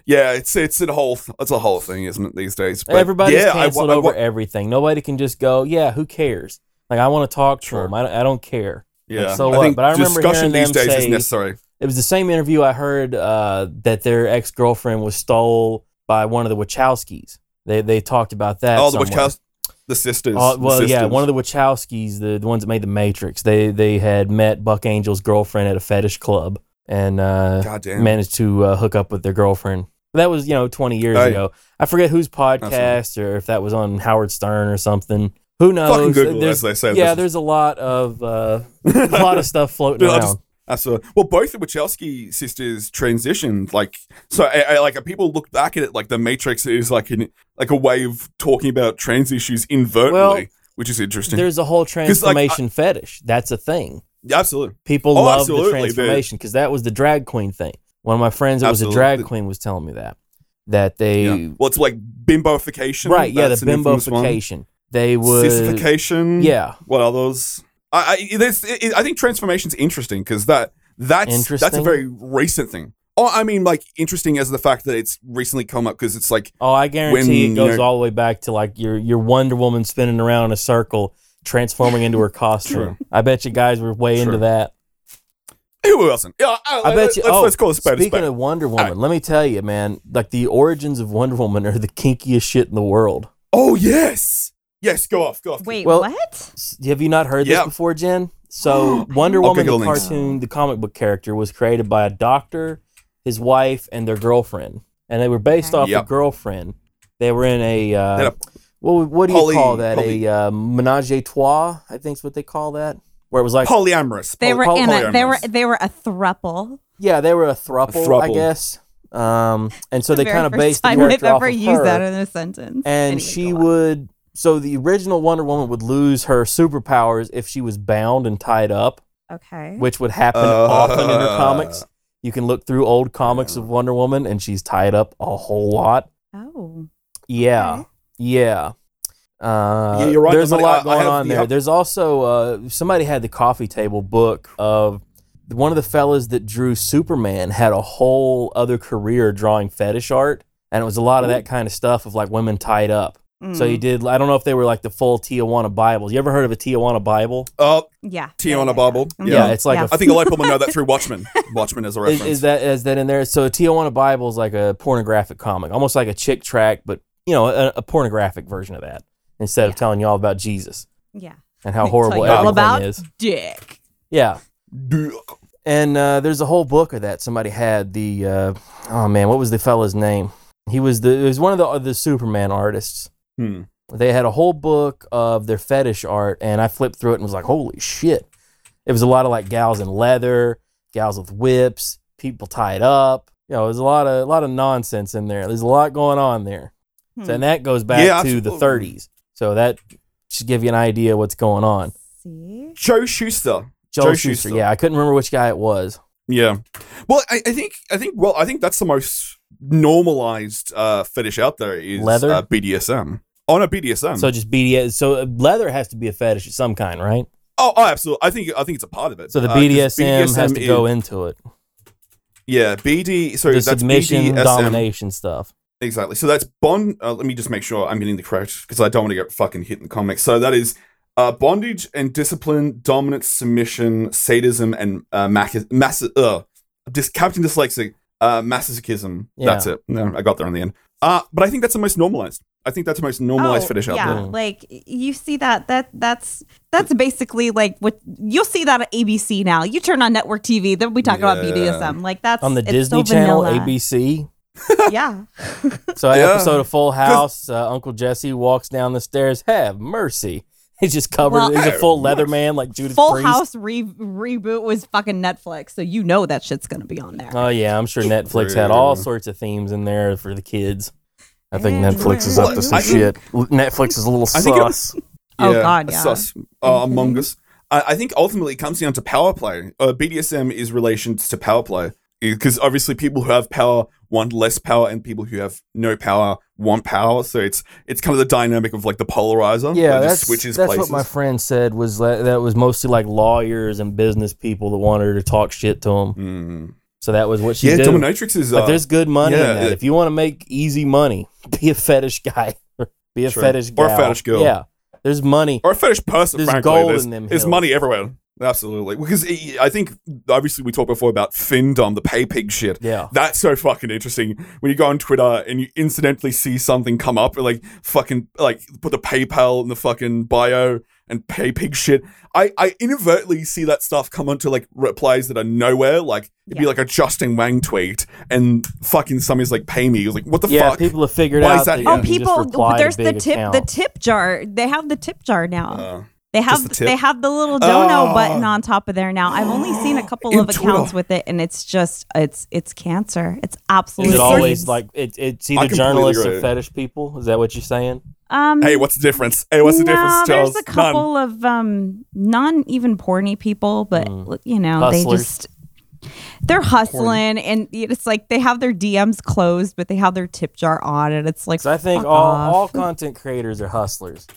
Speaker 1: yeah, it's it's a whole it's a whole thing, isn't it these days? But
Speaker 2: Everybody's
Speaker 1: yeah, I
Speaker 2: canceled
Speaker 1: wa- I
Speaker 2: over
Speaker 1: wa-
Speaker 2: everything. Nobody can just go, yeah, who cares? Like I want to talk to
Speaker 1: Sure.
Speaker 2: them. I don't, I don't care.
Speaker 1: yeah,
Speaker 2: so
Speaker 1: I
Speaker 2: what?
Speaker 1: think
Speaker 2: But I remember
Speaker 1: discussion
Speaker 2: hearing
Speaker 1: these
Speaker 2: them
Speaker 1: days is
Speaker 2: say-
Speaker 1: necessary.
Speaker 2: It was the same interview I heard uh, that their ex girlfriend was stole by one of the Wachowskis. They they talked about that.
Speaker 1: Oh, the
Speaker 2: somewhere.
Speaker 1: Wachowskis, the sisters.
Speaker 2: Uh, well,
Speaker 1: the
Speaker 2: yeah,
Speaker 1: sisters.
Speaker 2: one of the Wachowskis, the, the ones that made the Matrix. They they had met Buck Angel's girlfriend at a fetish club, and uh,
Speaker 1: God damn.
Speaker 2: managed to uh, hook up with their girlfriend. That was, you know, 20 years
Speaker 1: Hey.
Speaker 2: ago. I forget whose podcast
Speaker 1: Absolutely.
Speaker 2: or if that was on Howard Stern or something. Who knows?
Speaker 1: Fucking Google, as
Speaker 2: There's-
Speaker 1: they say.
Speaker 2: yeah,
Speaker 1: This
Speaker 2: there's a lot of uh, a
Speaker 1: is-
Speaker 2: lot of stuff floating
Speaker 1: Dude, I
Speaker 2: around.
Speaker 1: just- Absolutely. Well, both the Wachowski sisters transitioned. Like, so I, I, like people look back at it like the Matrix is like an like a way of talking about trans issues inadvertently,
Speaker 2: Well,
Speaker 1: which is interesting.
Speaker 2: there's a whole
Speaker 1: 'Cause, like, I-
Speaker 2: transformation fetish. That's a thing.
Speaker 1: Yeah, absolutely.
Speaker 2: People
Speaker 1: Oh,
Speaker 2: love the
Speaker 1: absolutely, dude.
Speaker 2: transformation because that was the drag queen thing. One of my friends that was a
Speaker 1: Absolutely.
Speaker 2: drag queen was telling me that that they
Speaker 1: Yeah. Well, it's like bimbofication,
Speaker 2: right yeah the
Speaker 1: That's an infamous one.
Speaker 2: bimbofication they would
Speaker 1: sissification.
Speaker 2: yeah
Speaker 1: What are those? I I, this, i I think transformation's interesting because that that's that's
Speaker 2: Interesting?
Speaker 1: a very recent thing. Oh, I mean, like interesting as the fact that it's recently come up because it's like
Speaker 2: Oh, I guarantee
Speaker 1: when
Speaker 2: it goes
Speaker 1: you're-
Speaker 2: all the way back to like your your Wonder Woman spinning around in a circle, transforming into her costume.
Speaker 1: True.
Speaker 2: I bet you guys were way into
Speaker 1: True.
Speaker 2: that.
Speaker 1: who else? Yeah, uh,
Speaker 2: I bet you.
Speaker 1: Let's,
Speaker 2: oh,
Speaker 1: let's call a spade a
Speaker 2: speaking
Speaker 1: spade.
Speaker 2: of Wonder Woman, let me tell you, man. Like the origins of Wonder Woman are the kinkiest shit in the world.
Speaker 1: Oh yes, yes. Go off, go off.
Speaker 3: Wait,
Speaker 2: Well-
Speaker 3: what?
Speaker 2: S- Have you not heard
Speaker 1: Yeah.
Speaker 2: this before, Jen? So Wonder
Speaker 1: Okay,
Speaker 2: Woman,
Speaker 1: go
Speaker 2: the
Speaker 1: links.
Speaker 2: cartoon, the comic book character, was created by a doctor, his wife, and their girlfriend, and they were based
Speaker 3: Okay.
Speaker 2: off
Speaker 1: Yep.
Speaker 2: the girlfriend. They were in a.
Speaker 1: Had
Speaker 2: Uh,
Speaker 1: a
Speaker 2: what, what do you
Speaker 1: poly-
Speaker 2: call that?
Speaker 1: poly-
Speaker 2: A uh, menage a trois, I think's what they call that. where it was like,
Speaker 1: polyamorous.
Speaker 3: They
Speaker 1: Poly-
Speaker 3: were
Speaker 1: poly-
Speaker 3: in a, they were
Speaker 1: polyamorous.
Speaker 3: they were a thruple.
Speaker 2: yeah, they were a thruple, I
Speaker 1: thruple.
Speaker 2: guess. Um, and so they
Speaker 3: The very
Speaker 2: kind of
Speaker 3: first
Speaker 2: based the
Speaker 3: time I've
Speaker 2: character off
Speaker 3: ever
Speaker 2: of
Speaker 3: used
Speaker 2: her.
Speaker 3: that in a sentence.
Speaker 2: and
Speaker 3: Anyway,
Speaker 2: she
Speaker 3: go on.
Speaker 2: would so the original wonder woman would lose her superpowers if she was bound and tied up
Speaker 3: okay.
Speaker 2: which would happen often in her comics you can look through old comics of wonder woman and she's tied up a whole lot
Speaker 3: oh,
Speaker 2: yeah
Speaker 3: Okay.
Speaker 2: yeah uh,
Speaker 1: Yeah, you're right,
Speaker 2: There's
Speaker 1: somebody-
Speaker 2: a lot
Speaker 1: I- I
Speaker 2: going
Speaker 1: have
Speaker 2: on
Speaker 1: the-
Speaker 2: there. There's also uh, somebody had the coffee table book of one of the fellas that drew Superman had a whole other career drawing fetish art, and it was a lot of that kind of stuff of like women tied up. So he
Speaker 1: Hmm.
Speaker 3: Mm.
Speaker 2: did. I don't know if they were like the full Tijuana Bibles. You ever heard of a Tijuana Bible?
Speaker 1: Oh,
Speaker 3: yeah.
Speaker 1: tea
Speaker 3: yeah,
Speaker 1: on a
Speaker 3: yeah,
Speaker 1: bubble.
Speaker 3: Mm. yeah.
Speaker 1: Yeah.
Speaker 2: it's like a
Speaker 1: I think a lot of people know that through Watchmen. Watchmen is a
Speaker 2: Is,
Speaker 1: reference.
Speaker 2: is that is that in there? So a Tijuana Bible is like a pornographic comic, almost like a chick track, but you know, a, a pornographic version of that instead of telling you all about Jesus
Speaker 3: yeah.
Speaker 2: and how
Speaker 3: Tell
Speaker 2: horrible
Speaker 3: you all
Speaker 2: everything
Speaker 3: about
Speaker 2: is.
Speaker 3: Dick.
Speaker 2: Yeah,
Speaker 1: Duh.
Speaker 2: and uh, there's a whole book of that somebody had. The uh, oh man, what was the fella's name? He was the it was one of the the Superman artists.
Speaker 1: Hmm.
Speaker 2: they had a whole book of their fetish art and i flipped through it and was like holy shit it was a lot of like gals in leather gals with whips people tied up you know there's a lot of a lot of nonsense in there there's a lot going on there so, and that goes back
Speaker 1: Yeah,
Speaker 2: to the
Speaker 1: absolutely.
Speaker 2: 30s so that should give you an idea what's going on
Speaker 3: See,
Speaker 1: Joe Schuster.
Speaker 2: joel
Speaker 1: Joe
Speaker 2: schuster
Speaker 1: Shuster.
Speaker 2: yeah i couldn't remember which guy it was
Speaker 1: Yeah. Well, I, I think I think well I think that's the most normalized uh, fetish out there is
Speaker 2: Leather?
Speaker 1: uh, BDSM. On a BDSM.
Speaker 2: so just bds so leather has to be a fetish of some kind right
Speaker 1: oh, oh, absolutely. I think I think it's a part of it.
Speaker 2: so the
Speaker 1: Uh, 'cause
Speaker 2: bdsm, has to
Speaker 1: is-
Speaker 2: go into it
Speaker 1: Yeah, BD. So
Speaker 2: the
Speaker 1: that's
Speaker 2: submission
Speaker 1: BDSM.
Speaker 2: domination stuff
Speaker 1: Exactly. So that's bond. Uh, let me just make sure I'm getting the correct because I don't want to get fucking hit in the comics. So that is uh, bondage and discipline, dominance, submission, sadism, and uh, machi- mass. Uh, dis- Captain dyslexic, uh, masochism. That's it. No, I got there in the end. Uh, but I think that's the most normalized. I think that's the most
Speaker 3: Oh,
Speaker 1: normalized fetish out
Speaker 2: yeah.
Speaker 1: there.
Speaker 3: Like you see that that that's that's basically like what you'll see that at ABC now. You turn on network TV, then we talk about
Speaker 1: Yeah.
Speaker 3: BDSM. Like that's
Speaker 2: on the
Speaker 3: it's
Speaker 2: disney
Speaker 3: so
Speaker 2: channel
Speaker 3: vanilla.
Speaker 2: abc
Speaker 3: yeah.
Speaker 2: So an
Speaker 1: Yeah.
Speaker 2: episode of Full House, uh, Uncle Jesse walks down the stairs. Have mercy! He's just covered.
Speaker 3: Well-
Speaker 2: he's a full
Speaker 1: Have
Speaker 2: leather man like Judith
Speaker 3: Full
Speaker 2: Priest.
Speaker 3: House re- reboot was fucking Netflix, so you know that shit's gonna be on there.
Speaker 2: Oh yeah, I'm sure Netflix had all
Speaker 1: True.
Speaker 2: sorts of themes in there for the kids. I think
Speaker 3: Yeah.
Speaker 2: Netflix is up to some
Speaker 1: I think-
Speaker 2: shit. Netflix is a little
Speaker 1: I think it-
Speaker 2: sus.
Speaker 3: Oh, God,
Speaker 1: a
Speaker 3: yeah. Mm-hmm.
Speaker 1: Sus, uh, Among Us. I, I think ultimately it comes down to power play. Uh, BDSM is relations to power play because obviously people who have power want less power, and people who have no power want power. So it's it's kind of the dynamic of like the polarizer. that
Speaker 2: Yeah,
Speaker 1: just
Speaker 2: that's,
Speaker 1: switches
Speaker 2: that's
Speaker 1: places.
Speaker 2: what my friend said was that, that was mostly like lawyers and business people that wanted to talk shit to him.
Speaker 1: Mm.
Speaker 2: So that was what she
Speaker 1: Yeah,
Speaker 2: did.
Speaker 1: dominatrix is.
Speaker 2: But
Speaker 1: Uh,
Speaker 2: there's good money
Speaker 1: yeah,
Speaker 2: in that.
Speaker 1: it-
Speaker 2: if you want to make easy money, be a fetish guy. be a
Speaker 1: True.
Speaker 2: fetish guy.
Speaker 1: Or a fetish girl.
Speaker 2: Yeah. There's money.
Speaker 1: or a fetish person.
Speaker 2: There's
Speaker 1: frankly,
Speaker 2: gold
Speaker 1: there's,
Speaker 2: in them
Speaker 1: there's
Speaker 2: hills.
Speaker 1: money everywhere. Absolutely, because it, I think obviously we talked before about Findom, the pay pig shit.
Speaker 2: Yeah.
Speaker 1: That's so fucking interesting. When you go on Twitter and you incidentally see something come up, like fucking like put the PayPal in the fucking bio and pay pig shit. I I inadvertently see that stuff come onto like replies that are nowhere. Like it'd be
Speaker 3: Yeah.
Speaker 1: like a Justin Wang tweet and fucking somebody's like pay me. It was like what the
Speaker 2: Yeah,
Speaker 1: fuck?
Speaker 2: people have figured
Speaker 1: Why is
Speaker 2: out
Speaker 1: that
Speaker 2: that,
Speaker 1: here?
Speaker 2: you
Speaker 3: Oh,
Speaker 1: Yeah.
Speaker 2: can just
Speaker 3: people!
Speaker 2: reply to
Speaker 3: There's the
Speaker 2: big
Speaker 3: tip, the
Speaker 2: accounts.
Speaker 3: tip jar. They have the tip jar now.
Speaker 1: Uh,
Speaker 3: They
Speaker 1: Just
Speaker 3: have
Speaker 1: the tip?
Speaker 3: they have the little dono
Speaker 1: Oh.
Speaker 3: button on top of there now. I've only seen a couple of
Speaker 1: It's
Speaker 3: accounts
Speaker 1: real.
Speaker 3: with it, and it's just it's it's cancer. It's absolutely
Speaker 2: Is
Speaker 1: It's
Speaker 2: it always like it, it's either
Speaker 1: completely
Speaker 2: journalists
Speaker 1: agree.
Speaker 2: or fetish people? Is that what you're saying?
Speaker 3: um
Speaker 1: hey, what's the difference? Hey, what's the
Speaker 3: no,
Speaker 1: difference? Charles?
Speaker 3: There's a
Speaker 1: None.
Speaker 3: couple of um non even porny people, but you know they
Speaker 2: Mm. Hustlers.
Speaker 3: just they're hustling, and it's like they have their DMs closed, but they have their tip jar on, and it's like
Speaker 2: So I think
Speaker 3: fuck
Speaker 2: all,
Speaker 3: off.
Speaker 2: all content creators are hustlers.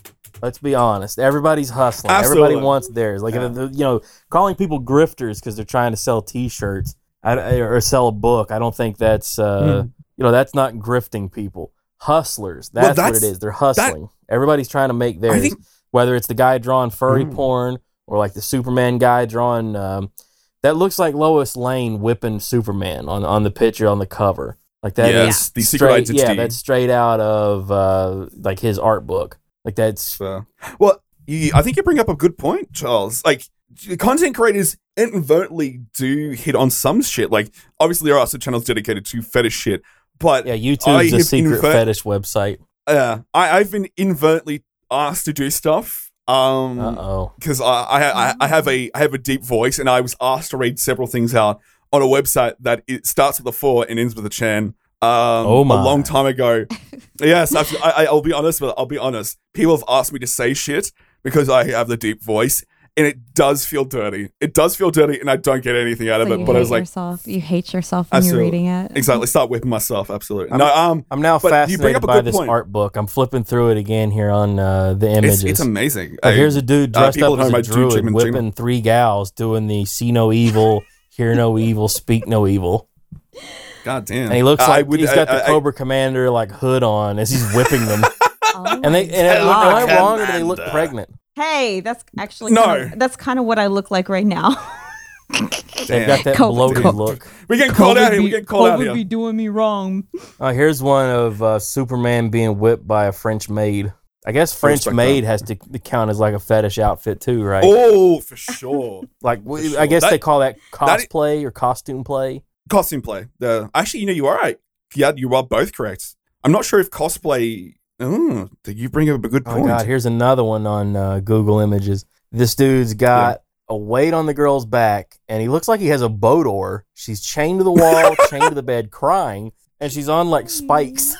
Speaker 2: Let's be honest. Everybody's hustling. Everybody
Speaker 1: Absolutely.
Speaker 2: wants theirs. Like the- the- you know, calling people grifters because they're trying to sell T-shirts I- I- or sell a book. I don't think that's
Speaker 1: Hmm.
Speaker 2: uh, you know that's not grifting people. Hustlers. That's,
Speaker 1: that's-
Speaker 2: what it is. They're hustling. Everybody's trying to make theirs.
Speaker 1: think- Hmm.
Speaker 2: Whether it's the guy drawing furry porn or like the Superman guy drawing um, that looks like Lois Lane whipping Superman on on the picture on the cover. Like that is
Speaker 1: Yes, the secret
Speaker 2: straight,
Speaker 1: identity.
Speaker 2: Yeah, that's straight out of uh, like his art book. Like that's
Speaker 1: So, well, you, I think you bring up a good point, Charles. Like, content creators inadvertently do hit on some shit. Like, obviously, there are some channels dedicated to fetish shit, but
Speaker 2: yeah,
Speaker 1: I
Speaker 2: YouTube's a
Speaker 1: have
Speaker 2: secret
Speaker 1: infer-
Speaker 2: fetish website.
Speaker 1: uh, I, I've been inadvertently asked to do stuff Um,
Speaker 2: Uh oh.
Speaker 1: because I, I I- I have a I have a deep voice, and I was asked to read several things out on a website that it starts with a four and ends with a chan. Um,
Speaker 2: Oh my.
Speaker 1: A long time ago. yes, I've, I, I'll be honest, but I'll be honest. People have asked me to say shit because I have the deep voice, and it does feel dirty. It does feel dirty, and I don't get anything out of
Speaker 3: So
Speaker 1: it.
Speaker 3: you
Speaker 1: But I
Speaker 3: hate
Speaker 1: was like,
Speaker 3: yourself. You hate yourself when you're
Speaker 1: Absolutely.
Speaker 3: reading it.
Speaker 1: exactly, start whipping myself. Absolutely. No, um,
Speaker 2: I'm now
Speaker 1: But you bring
Speaker 2: fascinated
Speaker 1: up a
Speaker 2: by
Speaker 1: good
Speaker 2: this
Speaker 1: point.
Speaker 2: art book. I'm flipping through it again here on uh, the
Speaker 1: it's,
Speaker 2: images.
Speaker 1: it's amazing.
Speaker 2: Like,
Speaker 1: Hey,
Speaker 2: here's a dude
Speaker 1: uh,
Speaker 2: dressed
Speaker 1: people
Speaker 2: up
Speaker 1: at
Speaker 2: as
Speaker 1: home, I
Speaker 2: a
Speaker 1: do
Speaker 2: druid,
Speaker 1: treatment,
Speaker 2: whipping
Speaker 1: treatment.
Speaker 2: three gals, doing the see no evil, hear no evil, speak no evil.
Speaker 1: God damn.
Speaker 2: And he looks
Speaker 1: I
Speaker 2: like
Speaker 1: would-
Speaker 2: he's got
Speaker 1: I-
Speaker 2: the
Speaker 1: I-
Speaker 2: Cobra Commander like hood on as he's whipping them.
Speaker 3: Oh
Speaker 2: and they
Speaker 3: my
Speaker 2: and am
Speaker 3: God.
Speaker 2: I wrong or do they look pregnant?
Speaker 3: Hey, that's actually
Speaker 1: No.
Speaker 3: Kind of, that's kind of what I look like right now.
Speaker 2: They've
Speaker 1: Damn.
Speaker 2: got that
Speaker 3: Cobra-
Speaker 2: bloated
Speaker 1: Cobra-
Speaker 2: look.
Speaker 1: we get called
Speaker 3: COVID
Speaker 1: out here. We
Speaker 3: be-
Speaker 1: get called out
Speaker 3: COVID
Speaker 1: here.
Speaker 3: be doing me wrong.
Speaker 2: Uh, here's one of uh, Superman being whipped by a French maid. I guess French
Speaker 1: Respect
Speaker 2: maid has to count as like a fetish outfit too, right?
Speaker 1: Oh, for sure.
Speaker 2: like we,
Speaker 1: sure.
Speaker 2: I guess
Speaker 1: That-
Speaker 2: they call that
Speaker 1: that is-
Speaker 2: cosplay or costume play.
Speaker 1: costume play. The actually, you know, you are right. Yeah, you are both correct. I'm not sure if cosplay. Oh, did you bring up a good
Speaker 2: Oh
Speaker 1: point?
Speaker 2: my god, here's another one on uh, Google Images. This dude's got a weight on the girl's back, and he looks like he has a boat oar. She's chained to the wall, chained to the bed, crying, and she's on like spikes.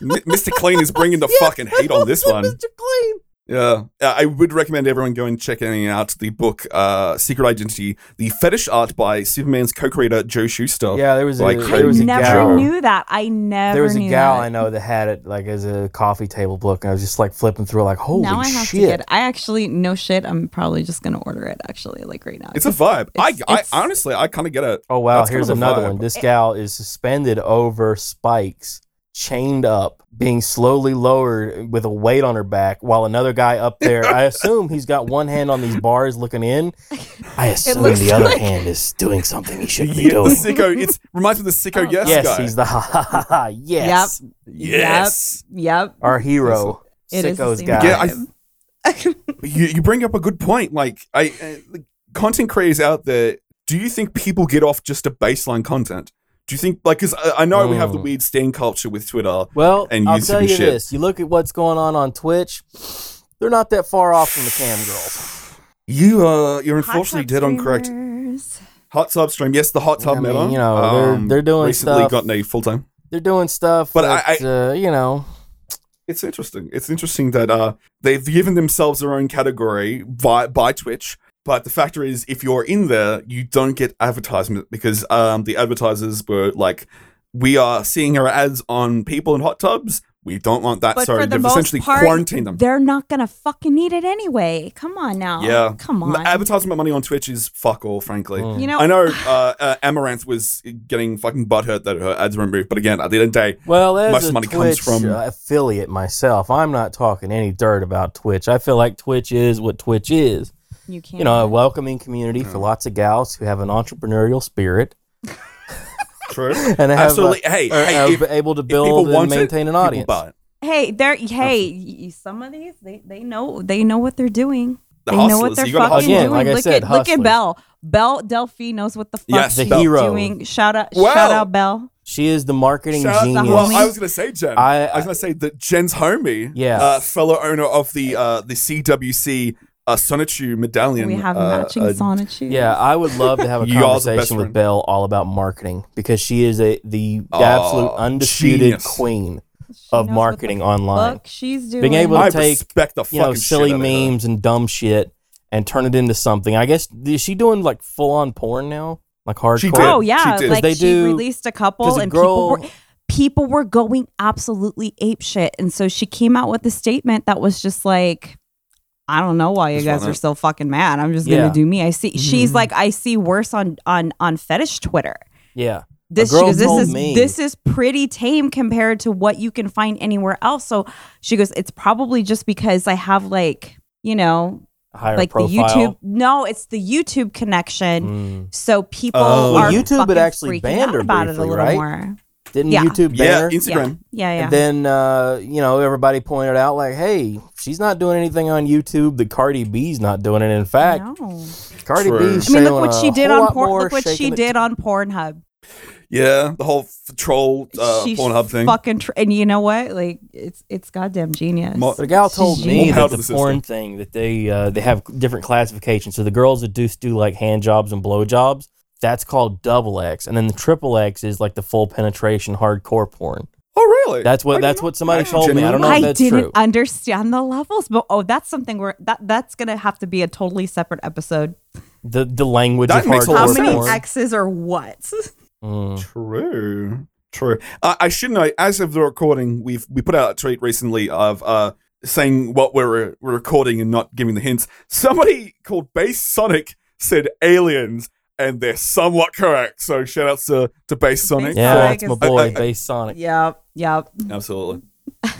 Speaker 1: M- Mr. Clean is bringing the fucking hate on this one.
Speaker 2: Mr. Clean.
Speaker 1: Yeah, Uh, I would recommend everyone go and checking out the book uh, "Secret Identity: The Fetish Art" by Superman's co-creator Joe Schuster.
Speaker 2: Yeah, there was a,
Speaker 1: Oh. Like
Speaker 2: there
Speaker 3: I
Speaker 2: was a
Speaker 3: never
Speaker 2: gal.
Speaker 3: knew that. I never
Speaker 2: there was a
Speaker 3: knew
Speaker 2: gal
Speaker 3: that.
Speaker 2: I know that had it like as a coffee table book, and I was just like flipping through, it, like holy
Speaker 3: now I have
Speaker 2: shit!
Speaker 3: to get. I actually no shit. I'm probably just gonna order it. Actually, like right now.
Speaker 1: it's a vibe. I,
Speaker 3: It's-
Speaker 1: I
Speaker 3: it's-
Speaker 1: honestly, I kind of get it.
Speaker 2: Oh wow,
Speaker 1: That's kind
Speaker 2: here's
Speaker 1: of a
Speaker 2: another
Speaker 1: vibe.
Speaker 2: one. This gal is suspended over spikes, chained up, being slowly lowered with a weight on her back, while another guy up there. I assume he's got one hand on these bars looking in. I assume
Speaker 3: looks
Speaker 2: the other
Speaker 3: like-
Speaker 2: hand is doing something he shouldn't be
Speaker 1: Yeah, the
Speaker 2: doing.
Speaker 1: sicko. It's reminds me of the sicko.
Speaker 3: Oh,
Speaker 1: yes,
Speaker 2: Yes,
Speaker 1: guy.
Speaker 2: he's the ha ha ha ha. Yes,
Speaker 1: yes.
Speaker 3: Yep.
Speaker 2: our hero,
Speaker 3: It is the
Speaker 2: sicko's
Speaker 3: same
Speaker 2: guy.
Speaker 1: Yeah, I-
Speaker 3: vibe.
Speaker 1: you, you bring up a good point. Like, I uh, the content creators out there, do you think people get off just to baseline content? Do you think like because I, I know we have the
Speaker 2: Mm.
Speaker 1: weird stain culture with Twitter?
Speaker 2: Well,
Speaker 1: and
Speaker 2: I'll
Speaker 1: used to
Speaker 2: tell
Speaker 1: be
Speaker 2: you
Speaker 1: shit.
Speaker 2: this: you look at what's going on on Twitch; they're not that far off from the cam girls.
Speaker 1: You uh, you're
Speaker 3: Hot
Speaker 1: unfortunately
Speaker 3: tub
Speaker 1: dead on correct.
Speaker 3: streamers.
Speaker 1: Hot tub stream, yes, the hot tub
Speaker 2: I mean,
Speaker 1: meta.
Speaker 2: you know, they're- they're doing
Speaker 1: recently
Speaker 2: stuff-
Speaker 1: gotten a full time.
Speaker 2: They're doing stuff,
Speaker 1: But
Speaker 2: but that, uh, you know,
Speaker 1: It's interesting. It's interesting that uh, they've given themselves their own category by by Twitch. But the fact is, if you're in there, you don't get advertisement because um, the advertisers were like, "We are seeing our ads on people in hot tubs. We don't want that."
Speaker 3: But
Speaker 1: so
Speaker 3: for the
Speaker 1: they've
Speaker 3: most
Speaker 1: essentially
Speaker 3: part,
Speaker 1: quarantined them.
Speaker 3: They're not gonna fucking need it anyway. Come on now.
Speaker 1: Yeah,
Speaker 3: Come on.
Speaker 1: Advertisement money on Twitch is fuck all, frankly.
Speaker 2: Mm.
Speaker 3: you know.
Speaker 1: I know uh, uh, Amaranth was getting fucking butthurt that her ads were removed, but again, at the end of the day,
Speaker 2: well, as
Speaker 1: Much
Speaker 2: a
Speaker 1: money comes
Speaker 2: Twitch
Speaker 1: from-
Speaker 2: uh, affiliate myself, I'm not talking any dirt about Twitch. I feel like Twitch is what Twitch is.
Speaker 3: You can't.
Speaker 2: You know, a welcoming community
Speaker 1: Mm.
Speaker 2: for lots of gals who have an entrepreneurial spirit
Speaker 1: true,
Speaker 2: and they have,
Speaker 1: absolutely. hey,
Speaker 2: uh, are,
Speaker 1: hey,
Speaker 2: are
Speaker 1: if, if
Speaker 2: able to
Speaker 1: people
Speaker 2: build and
Speaker 1: want it,
Speaker 2: maintain an
Speaker 1: people
Speaker 2: audience.
Speaker 1: buy it.
Speaker 3: hey, they're hey. y- y- Some of these, they they know they know what they're doing.
Speaker 1: The
Speaker 3: they know
Speaker 1: hustlers,
Speaker 3: what they're
Speaker 1: you gotta
Speaker 3: fucking
Speaker 1: hustle.
Speaker 2: Again,
Speaker 3: doing.
Speaker 2: like I
Speaker 3: look
Speaker 2: said,
Speaker 3: at look at
Speaker 2: hustlers.
Speaker 3: Belle. Belle Delphi knows what the fuck
Speaker 1: Yes,
Speaker 3: she's
Speaker 1: the
Speaker 2: hero.
Speaker 3: doing. Shout out,
Speaker 1: Well-
Speaker 3: shout out, Belle.
Speaker 2: She is the marketing
Speaker 1: Shout out-
Speaker 2: genius.
Speaker 1: Well,
Speaker 3: homie.
Speaker 1: I was gonna say Jen.
Speaker 2: I-
Speaker 1: I, was gonna say that Jen's homie,
Speaker 2: Yeah.
Speaker 1: uh, fellow owner of the uh, the CWC uh, Sonatu medallion.
Speaker 3: We have
Speaker 1: uh,
Speaker 3: matching
Speaker 1: uh,
Speaker 3: sonotubes.
Speaker 2: Yeah, I would love to have a
Speaker 1: You all's the best
Speaker 2: conversation with
Speaker 1: friend.
Speaker 2: Belle all about marketing because she is a the
Speaker 1: Oh,
Speaker 2: absolute undisputed
Speaker 1: genius.
Speaker 2: queen
Speaker 3: She knows what
Speaker 2: of
Speaker 3: the
Speaker 2: marketing online.
Speaker 3: Fuck, she's doing.
Speaker 2: Being able to
Speaker 1: I
Speaker 2: take,
Speaker 1: respect the
Speaker 2: You know,
Speaker 1: fucking
Speaker 2: silly
Speaker 1: shit out of her.
Speaker 2: memes and dumb shit and turn it into something. I guess is she doing like full on porn now? Like hardcore?
Speaker 1: She did.
Speaker 3: Oh yeah,
Speaker 1: She did.
Speaker 3: like
Speaker 2: They
Speaker 3: she
Speaker 2: do-
Speaker 3: released a couple,
Speaker 2: 'cause a
Speaker 3: and
Speaker 2: girl-
Speaker 3: people were people were going absolutely ape shit, and so she came out with a statement that was just like, I don't know why you
Speaker 1: Just
Speaker 3: guys
Speaker 1: wanna-
Speaker 3: are so fucking mad. I'm just
Speaker 2: Yeah.
Speaker 3: gonna do me. I see. She's
Speaker 1: Hmm.
Speaker 2: Mhm.
Speaker 3: like, I see worse on on on fetish Twitter.
Speaker 2: Yeah.
Speaker 3: This
Speaker 2: girl
Speaker 3: she goes, this
Speaker 2: told
Speaker 3: is
Speaker 2: me-
Speaker 3: this is pretty tame compared to what you can find anywhere else. So she goes, it's probably just because I have like you know
Speaker 2: Higher
Speaker 3: like
Speaker 2: profile.
Speaker 3: the YouTube. No, it's the YouTube connection.
Speaker 2: Mm.
Speaker 3: So people
Speaker 1: Oh.
Speaker 2: Well,
Speaker 3: are
Speaker 2: YouTube had
Speaker 3: fucking
Speaker 2: actually
Speaker 3: freaking
Speaker 2: banned
Speaker 3: out
Speaker 2: her
Speaker 3: about it a
Speaker 2: briefly,
Speaker 3: little
Speaker 2: right?
Speaker 3: more.
Speaker 2: Didn't
Speaker 3: Yeah.
Speaker 2: YouTube
Speaker 1: Yeah,
Speaker 2: ban her?
Speaker 1: Instagram.
Speaker 3: Yeah, yeah.
Speaker 2: And then uh, you know everybody pointed out like, hey, she's not doing anything on YouTube. The Cardi B's not doing it. In fact,
Speaker 3: no.
Speaker 2: Cardi
Speaker 1: True.
Speaker 2: B.
Speaker 1: I
Speaker 3: I mean, look what she did on porn. Look what she did
Speaker 2: on.
Speaker 3: on Pornhub.
Speaker 1: Yeah, the whole f- troll uh,
Speaker 3: She's
Speaker 1: Pornhub thing.
Speaker 3: Fucking tr- and you know what? Like it's it's goddamn genius.
Speaker 1: Mo-
Speaker 2: But a gal told me
Speaker 1: More power
Speaker 2: that
Speaker 1: to
Speaker 2: the
Speaker 1: the
Speaker 2: porn thing that they uh, they have different classifications. So the girls that do do like hand jobs and blow jobs, that's called double X, and then the triple X is like the full penetration hardcore porn.
Speaker 1: Oh, really?
Speaker 2: That's what
Speaker 1: I
Speaker 2: that's
Speaker 1: didn't-
Speaker 2: what somebody
Speaker 1: didn't
Speaker 2: told me. I don't know
Speaker 1: genuinely-
Speaker 2: if
Speaker 3: I
Speaker 2: that's
Speaker 3: didn't
Speaker 2: true.
Speaker 3: understand the levels, but oh, that's something where that that's gonna have to be a totally separate episode.
Speaker 2: The the language
Speaker 1: That
Speaker 2: of
Speaker 1: makes a lot
Speaker 2: hardcore
Speaker 3: How
Speaker 1: of
Speaker 3: many
Speaker 1: sense.
Speaker 2: porn.
Speaker 3: X's or what?
Speaker 2: Mm.
Speaker 1: True. True. Uh, I should know. As of the recording, we've we put out a tweet recently of uh saying what we're, we're recording and not giving the hints. Somebody called Base Sonic said aliens, and they're somewhat correct. So shout outs to to Base Sonic.
Speaker 2: Yeah,
Speaker 1: for-
Speaker 2: that's my
Speaker 3: Sonic
Speaker 2: boy,
Speaker 1: is-
Speaker 2: Bass Sonic.
Speaker 3: yep, yep.
Speaker 1: Absolutely.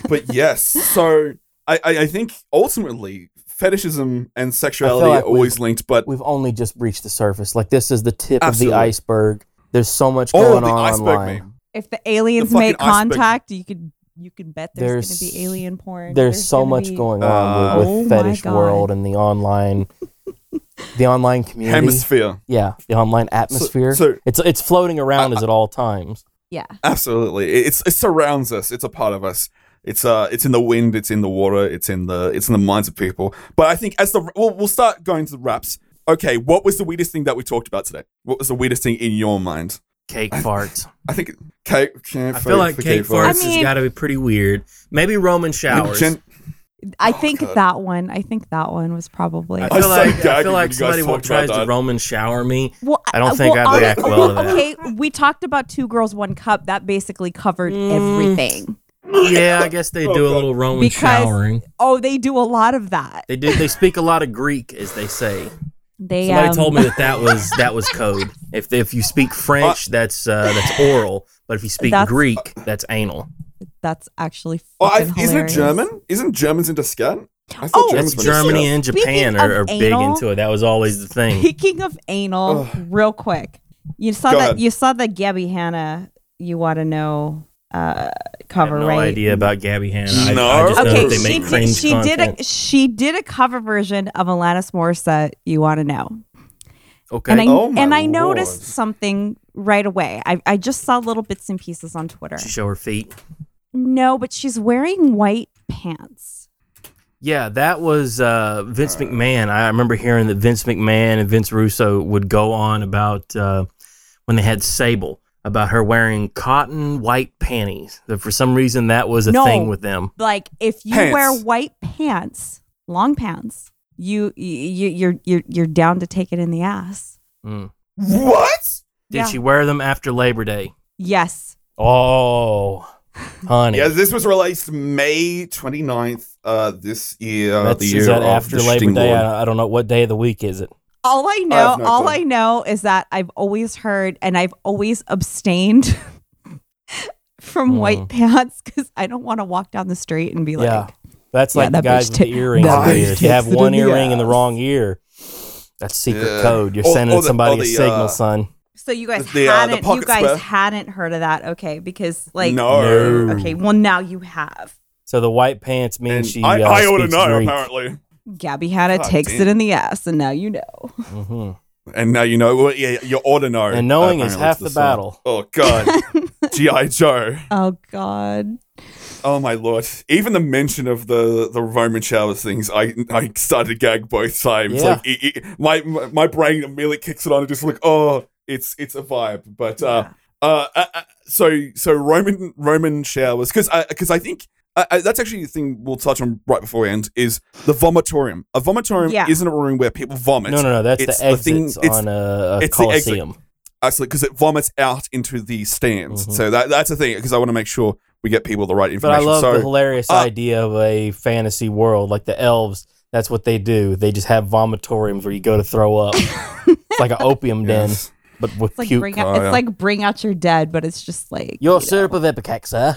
Speaker 1: But yes, so I, I, I think ultimately fetishism and sexuality
Speaker 2: like
Speaker 1: are always linked, but
Speaker 2: We've only just reached the surface. Like this is the tip
Speaker 1: Absolutely.
Speaker 2: of the iceberg. There's so much
Speaker 1: Oh,
Speaker 2: going
Speaker 1: the
Speaker 2: on
Speaker 1: iceberg
Speaker 2: online.
Speaker 1: meme.
Speaker 3: If the aliens
Speaker 1: fucking
Speaker 3: make
Speaker 1: iceberg.
Speaker 3: contact, you could you could bet there's,
Speaker 2: There's-
Speaker 3: gonna be alien porn.
Speaker 2: there's, so
Speaker 3: gonna
Speaker 2: much
Speaker 3: be-
Speaker 2: going on with, with
Speaker 3: Uh, Oh my
Speaker 2: fetish
Speaker 3: God.
Speaker 2: world and the online the online community
Speaker 1: hemisphere.
Speaker 2: yeah the online atmosphere
Speaker 1: so-
Speaker 2: it's it's floating around us at all times
Speaker 3: Yeah,
Speaker 1: Absolutely, It- it's it surrounds us. It's a part of us. It's uh, it's in the wind. It's in the water. It's in the it's in the minds of people. But I think as the we'll, we'll start going to the wraps. Okay, what was the weirdest thing that we talked about today? What was the weirdest thing in your mind?
Speaker 2: cake farts
Speaker 1: I think cake. cake
Speaker 2: i feel like cake
Speaker 3: I
Speaker 2: farts
Speaker 3: has mean-
Speaker 2: has got to be pretty weird maybe roman showers
Speaker 3: I
Speaker 1: Oh,
Speaker 3: think
Speaker 1: God.
Speaker 3: that one. I think that one was probably.
Speaker 2: I
Speaker 1: I'm so
Speaker 2: feel, like, I
Speaker 1: gagging
Speaker 2: feel
Speaker 1: when
Speaker 2: like
Speaker 1: you guys
Speaker 2: somebody will
Speaker 1: talked about
Speaker 2: tries to
Speaker 1: that.
Speaker 2: Roman shower me.
Speaker 3: Well,
Speaker 2: I don't think I'd
Speaker 3: I-
Speaker 2: react well to that.
Speaker 3: Okay, we talked about two girls, one cup. That basically covered
Speaker 2: Mm.
Speaker 3: everything.
Speaker 2: Yeah, I guess they do a little Roman
Speaker 3: Because-
Speaker 2: showering.
Speaker 3: Oh, they do a lot of that.
Speaker 2: They do. They speak a lot of Greek, as they say.
Speaker 3: They
Speaker 2: Somebody
Speaker 3: um,
Speaker 2: told me that that was that was code. If if you speak French, that's uh, that's oral. But if you speak
Speaker 3: That's-
Speaker 2: Greek, that's anal.
Speaker 3: that's actually.
Speaker 1: Oh, I, isn't
Speaker 3: fucking
Speaker 1: it
Speaker 3: hilarious.
Speaker 1: German? Isn't Germans into scat? I thought
Speaker 3: Oh,
Speaker 2: That's
Speaker 1: were into
Speaker 2: Germany
Speaker 1: scat.
Speaker 2: and Japan
Speaker 3: Speaking
Speaker 2: are,
Speaker 3: of
Speaker 2: are big
Speaker 3: anal-
Speaker 2: into it. That was always the thing.
Speaker 3: Speaking of anal,
Speaker 1: Ugh.
Speaker 3: real quick, you saw
Speaker 1: Go
Speaker 3: that
Speaker 1: ahead.
Speaker 3: you saw the Gabby Hanna. You want to know
Speaker 2: I
Speaker 3: uh,
Speaker 2: have
Speaker 3: cover
Speaker 2: no
Speaker 3: right?
Speaker 2: idea about Gabby Hanna. I- I,
Speaker 1: No.
Speaker 2: just know
Speaker 3: Okay,
Speaker 2: that they
Speaker 3: she
Speaker 2: make
Speaker 3: did,
Speaker 2: cringe
Speaker 3: she did
Speaker 2: content.
Speaker 3: a she did a cover version of Alanis Morissette. You want to know?
Speaker 2: okay,
Speaker 3: And I
Speaker 1: Oh, my
Speaker 3: and I
Speaker 1: lord.
Speaker 3: noticed something right away. I I just saw little bits and pieces on Twitter.
Speaker 2: she show her feet.
Speaker 3: No, but she's wearing white pants.
Speaker 2: Yeah, that was uh, Vince McMahon. I remember hearing that Vince McMahon and Vince Russo would go on about uh, when they had Sable about her wearing cotton white panties. That for some reason that was a
Speaker 3: No.
Speaker 2: thing with them.
Speaker 3: Like if you
Speaker 1: Pants.
Speaker 3: wear white pants, long pants, you you you're you're you're down to take it in the ass.
Speaker 2: Mm.
Speaker 1: What?
Speaker 2: Did
Speaker 3: Yeah.
Speaker 2: she wear them after Labor Day?
Speaker 3: Yes.
Speaker 2: Oh, honey.
Speaker 1: Yeah, this was released May 29th uh, this year.
Speaker 2: That's,
Speaker 1: the year
Speaker 2: is that
Speaker 1: of
Speaker 2: after
Speaker 1: the
Speaker 2: Labor
Speaker 1: Sting
Speaker 2: Day?
Speaker 1: Lord.
Speaker 2: I, I don't know what day of the week is it.
Speaker 3: All I know,
Speaker 1: have no
Speaker 3: all
Speaker 1: clue.
Speaker 3: I know is that I've always heard and I've always abstained from
Speaker 1: Mm.
Speaker 3: white pants because I don't want to walk down the street and be like,
Speaker 2: yeah, that's
Speaker 3: Yeah,
Speaker 2: like the
Speaker 3: that
Speaker 2: guys with
Speaker 3: bitch
Speaker 2: the
Speaker 3: ta-
Speaker 2: earrings.
Speaker 1: that
Speaker 2: video.
Speaker 1: bitch
Speaker 2: If you
Speaker 3: takes
Speaker 2: have
Speaker 3: it in
Speaker 2: one
Speaker 3: the
Speaker 2: earring in the
Speaker 3: ass.
Speaker 2: wrong ear, that's secret
Speaker 1: Yeah.
Speaker 2: code. You're
Speaker 1: Or-
Speaker 2: sending
Speaker 1: or the-
Speaker 2: somebody
Speaker 1: or
Speaker 2: a
Speaker 1: the,
Speaker 2: signal,
Speaker 1: uh,
Speaker 2: son.
Speaker 3: So you guys
Speaker 1: The, uh, the
Speaker 3: hadn't, you
Speaker 1: pocket
Speaker 3: guys
Speaker 1: square.
Speaker 3: hadn't heard of that, okay? Because like,
Speaker 1: no.
Speaker 2: No.
Speaker 3: okay, well now you have.
Speaker 2: So the white pants mean
Speaker 1: And
Speaker 2: she.
Speaker 1: I,
Speaker 2: uh,
Speaker 1: I ought to
Speaker 2: speaks
Speaker 1: know,
Speaker 2: Greek.
Speaker 1: apparently.
Speaker 3: Gabby Hanna
Speaker 1: God
Speaker 3: takes
Speaker 1: damn.
Speaker 3: it in the ass, and now you know.
Speaker 2: Mhm.
Speaker 1: And now you know. Well, yeah, you ought to know.
Speaker 2: And knowing is
Speaker 1: apparently,
Speaker 2: half
Speaker 1: to
Speaker 2: the
Speaker 1: song.
Speaker 2: battle.
Speaker 1: Oh, God. G.I. Joe.
Speaker 3: Oh God,
Speaker 1: Oh, my Lord. Even the mention of the, the Roman showers things, I I started to gag both times.
Speaker 2: Yeah.
Speaker 1: Like, it, it, my, my my brain immediately kicks it on and just like, oh, it's it's a vibe. But, uh, uh, uh, uh, so so Roman Roman showers because because I think uh, uh, that's actually the thing we'll touch on right before we end is the vomitorium. A vomitorium
Speaker 3: Yeah.
Speaker 1: isn't a room where people vomit.
Speaker 2: No, no, no. That's
Speaker 1: it's
Speaker 2: the
Speaker 1: the thing-
Speaker 2: exits
Speaker 1: it's-
Speaker 2: on a, a
Speaker 1: it's the exit.
Speaker 2: coliseum.
Speaker 1: actually because it vomits out into the stands.
Speaker 2: Mhm.
Speaker 1: So that that's the thing because I want to make sure we get people the right
Speaker 2: But I
Speaker 1: information.
Speaker 2: love
Speaker 1: so
Speaker 2: the hilarious
Speaker 1: uh,
Speaker 2: idea of a fantasy world, like the elves. That's what they do. They just have vomitoriums where you go to throw up. it's like an opium den,
Speaker 1: Yes.
Speaker 2: but with
Speaker 3: it's like
Speaker 2: puke.
Speaker 3: bring out,
Speaker 1: Oh,
Speaker 3: it's
Speaker 1: yeah.
Speaker 3: like bring out your dead, but it's just like
Speaker 2: Your
Speaker 3: you know.
Speaker 2: syrup of epicax, sir.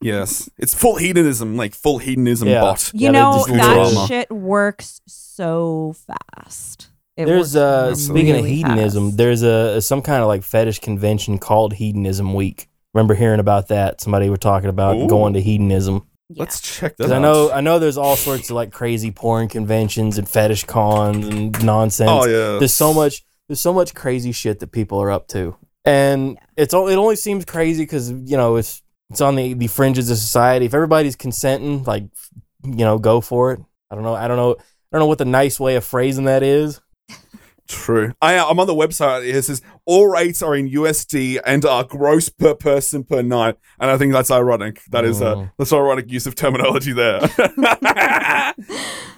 Speaker 1: yes, it's full hedonism, like full hedonism
Speaker 2: Yeah.
Speaker 1: bot.
Speaker 3: You
Speaker 2: Yeah, they
Speaker 3: know
Speaker 2: just
Speaker 3: that
Speaker 1: lose drama.
Speaker 3: shit works so fast. It
Speaker 2: There's
Speaker 3: works
Speaker 2: uh speaking of
Speaker 3: really
Speaker 2: hedonism,
Speaker 3: fast.
Speaker 2: there's a some kind of like fetish convention called Hedonism Week. Remember hearing about that? Somebody were talking about
Speaker 1: Ooh.
Speaker 2: going to hedonism.
Speaker 3: Yeah.
Speaker 1: Let's check that.
Speaker 2: Because I
Speaker 1: out.
Speaker 2: know I know there's all sorts of like crazy porn conventions and fetish cons and nonsense.
Speaker 1: Oh yeah.
Speaker 2: There's so much there's so much crazy shit that people are up to. and it's all, it only seems crazy because you know it's it's on the the fringes of society. If everybody's consenting, like you know, go for it. I don't know. I don't know. I don't know what the nice way of phrasing that is.
Speaker 1: True. I, am on the website. It says all rates are in USD and are gross per person per night, and I think that's ironic. That is
Speaker 2: Mm.
Speaker 1: a that's ironic use of terminology there.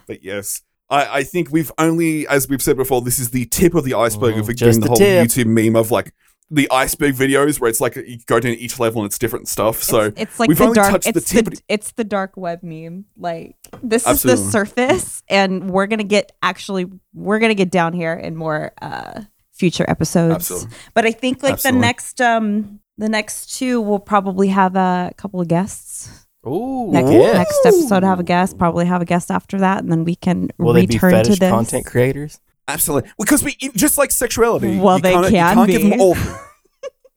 Speaker 1: but yes, I, I think we've only, as we've said before, this is the tip of the iceberg
Speaker 2: Mm,
Speaker 1: of again
Speaker 2: just
Speaker 1: the
Speaker 2: the
Speaker 1: whole
Speaker 2: tip.
Speaker 1: YouTube meme of like the iceberg videos where it's like you go down each level and it's different stuff. So
Speaker 3: it's, it's like
Speaker 1: we've
Speaker 3: the
Speaker 1: only
Speaker 3: dark.
Speaker 1: touched the
Speaker 3: It's the,
Speaker 1: tip of-
Speaker 3: it's the dark web meme. Like this is
Speaker 1: Absolutely.
Speaker 3: the surface, and we're gonna get actually we're gonna get down here in more uh future episodes.
Speaker 1: Absolutely.
Speaker 3: But I think like
Speaker 1: Absolutely.
Speaker 3: the next um the next two will probably have a couple of guests.
Speaker 2: Ooh,
Speaker 3: Next,
Speaker 2: yes.
Speaker 3: next episode have a guest. Probably have a guest after that, and then we can
Speaker 2: Will they be
Speaker 3: return to
Speaker 2: fetish
Speaker 3: this.
Speaker 2: content creators?
Speaker 1: Absolutely, because we just like sexuality.
Speaker 3: Well,
Speaker 1: you
Speaker 3: they
Speaker 1: can't- you
Speaker 3: can
Speaker 1: can't give
Speaker 3: be.
Speaker 1: them all.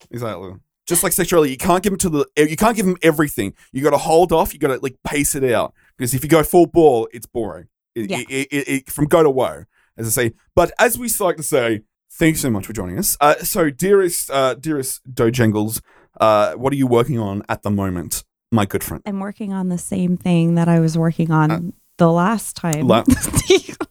Speaker 1: exactly. Just like sexuality, you can't give them to the. You can't give them everything. You got to hold off. You got to like pace it out because if you go full ball, it's boring. It,
Speaker 3: Yeah.
Speaker 1: it, it, it- from go to woe, as I say. But as we like to say, thanks so much for joining us. Uh, so, dearest, uh, dearest Dojangles, uh, what are you working on at the moment, my good friend?
Speaker 3: I'm working on the same thing that I was working on the last time.
Speaker 1: Uh, La-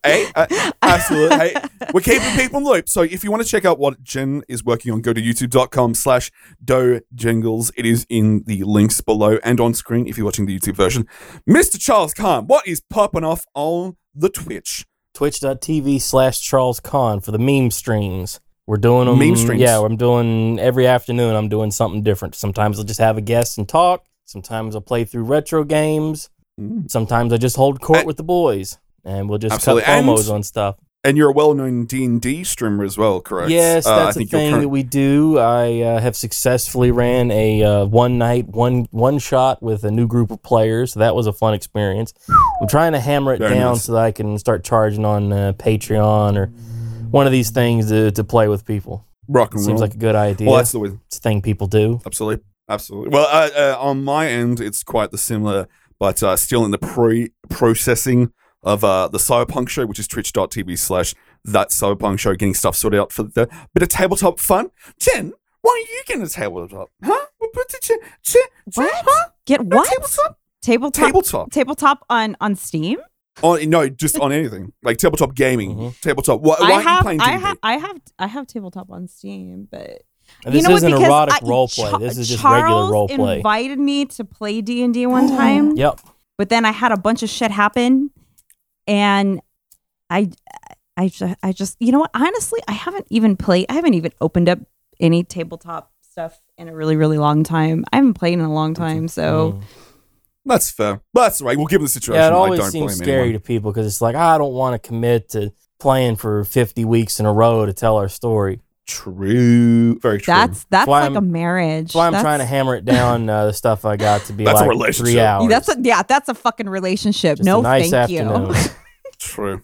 Speaker 1: Hey, uh, absolutely. Hey, we're keeping people in the loop. So if you want to check out what Jen is working on, go to youtube.com slash dojengles. It is in the links below and on screen if you're watching the YouTube version. Mr. Charles Khan, what is popping off on the Twitch?
Speaker 2: Twitch.tv slash Charles Kahn for the meme streams. We're doing them.
Speaker 1: Meme streams.
Speaker 2: Yeah, I'm doing every afternoon. I'm doing something different. Sometimes I'll just have a guest and talk. Sometimes I'll play through retro games.
Speaker 1: Mm.
Speaker 2: Sometimes I just hold court
Speaker 1: I-
Speaker 2: with the boys, and we'll just
Speaker 1: Absolutely.
Speaker 2: cut promos
Speaker 1: And-
Speaker 2: on stuff.
Speaker 1: And you're a well-known D&D streamer as well, correct?
Speaker 2: Yes,
Speaker 1: Uh,
Speaker 2: that's a
Speaker 1: you're
Speaker 2: thing
Speaker 1: current-
Speaker 2: that we do. I uh, have successfully ran a uh, one night, one one shot with a new group of players. So that was a fun experience. I'm trying to hammer it
Speaker 1: Very
Speaker 2: down
Speaker 1: nice.
Speaker 2: so that I can start charging on uh, Patreon or one of these things to, to play with people.
Speaker 1: Rock and roll.
Speaker 2: Seems like a good idea.
Speaker 1: well, that's the way.
Speaker 2: it's a thing people do.
Speaker 1: Absolutely. Absolutely. Well, uh, uh, on my end, it's quite the similar, but uh, still in the pre processing of uh, the Cyberpunk show, which is twitch.tv slash that Cyberpunk show, getting stuff sorted out for the bit of tabletop fun. Jen, why are you getting a tabletop? Huh? What? what did you- Jen, Jen,
Speaker 3: What?
Speaker 1: huh?
Speaker 3: Get what?
Speaker 1: Tabletop?
Speaker 3: Tabletop.
Speaker 1: Tabletop.
Speaker 3: tabletop on on Steam.
Speaker 1: on, no, just on anything. Like tabletop gaming.
Speaker 2: Mhm.
Speaker 1: Tabletop. Why, why
Speaker 3: I
Speaker 1: are you
Speaker 3: have,
Speaker 1: playing
Speaker 3: I
Speaker 1: D&D?
Speaker 3: have, I have, I have tabletop on Steam, but
Speaker 2: And this
Speaker 3: you know
Speaker 2: isn't
Speaker 3: what? Because
Speaker 2: erotic
Speaker 3: I-
Speaker 2: role play.
Speaker 3: Cha-
Speaker 2: This is just
Speaker 3: Charles
Speaker 2: regular role play.
Speaker 3: Invited me to play D and D one time,
Speaker 2: yep.
Speaker 3: but then I had a bunch of shit happen, and I, I, ju- I just, you know what? Honestly, I haven't even played. I haven't even opened up any tabletop stuff in a really, really long time. I haven't played in a long time, so
Speaker 2: Mm.
Speaker 1: That's fair. That's all right. We'll give the situation.
Speaker 2: Yeah, it
Speaker 1: I
Speaker 2: always
Speaker 1: don't
Speaker 2: seems
Speaker 1: blame
Speaker 2: scary
Speaker 1: anyone.
Speaker 2: to people because it's like I don't want to commit to playing for 50 weeks in a row to tell our story.
Speaker 1: True. Very true.
Speaker 3: that's that's
Speaker 2: why
Speaker 3: like
Speaker 2: I'm-
Speaker 3: a marriage.
Speaker 2: That's why I'm trying to hammer it down. Uh, the stuff I got to be
Speaker 1: That's a
Speaker 2: like
Speaker 1: relationship.
Speaker 2: three hours.
Speaker 3: That's a, yeah, that's a fucking relationship.
Speaker 2: Just a
Speaker 3: no,
Speaker 2: nice
Speaker 3: thank you.
Speaker 2: afternoon.
Speaker 1: True.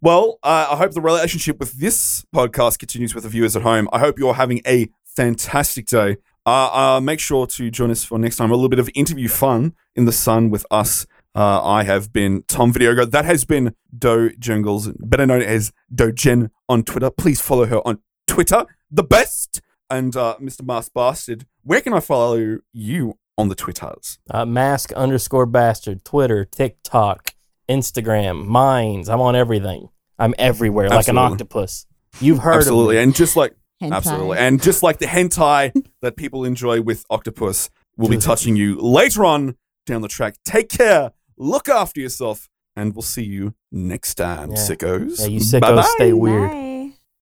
Speaker 1: Well, uh, I hope the relationship with this podcast continues with the viewers at home. I hope you're having a fantastic day. Uh, uh, make sure to join us for next time a little bit of interview fun in the sun with us. Uh, I have been Tom Videogo. That has been Do Jungles, better known as Do Jen on Twitter. Please follow her on Twitter, the best. And uh, Mr. Mask Bastard, where can I follow you on the Twitters?
Speaker 2: uh, mask underscore bastard. Twitter, TikTok, Instagram, Minds. I'm on everything. I'm everywhere like an
Speaker 1: Absolutely.
Speaker 2: octopus. You've heard
Speaker 1: Absolutely.
Speaker 2: of me.
Speaker 1: And just like
Speaker 3: Hentai.
Speaker 1: Absolutely. And just like the hentai that people enjoy with Octopus, we'll be touching you later on down the track. Take care, look after yourself, and we'll see you next time,
Speaker 2: Yeah.
Speaker 1: sickos.
Speaker 2: Yeah, you sickos
Speaker 1: Bye-bye.
Speaker 2: stay weird.
Speaker 3: Bye.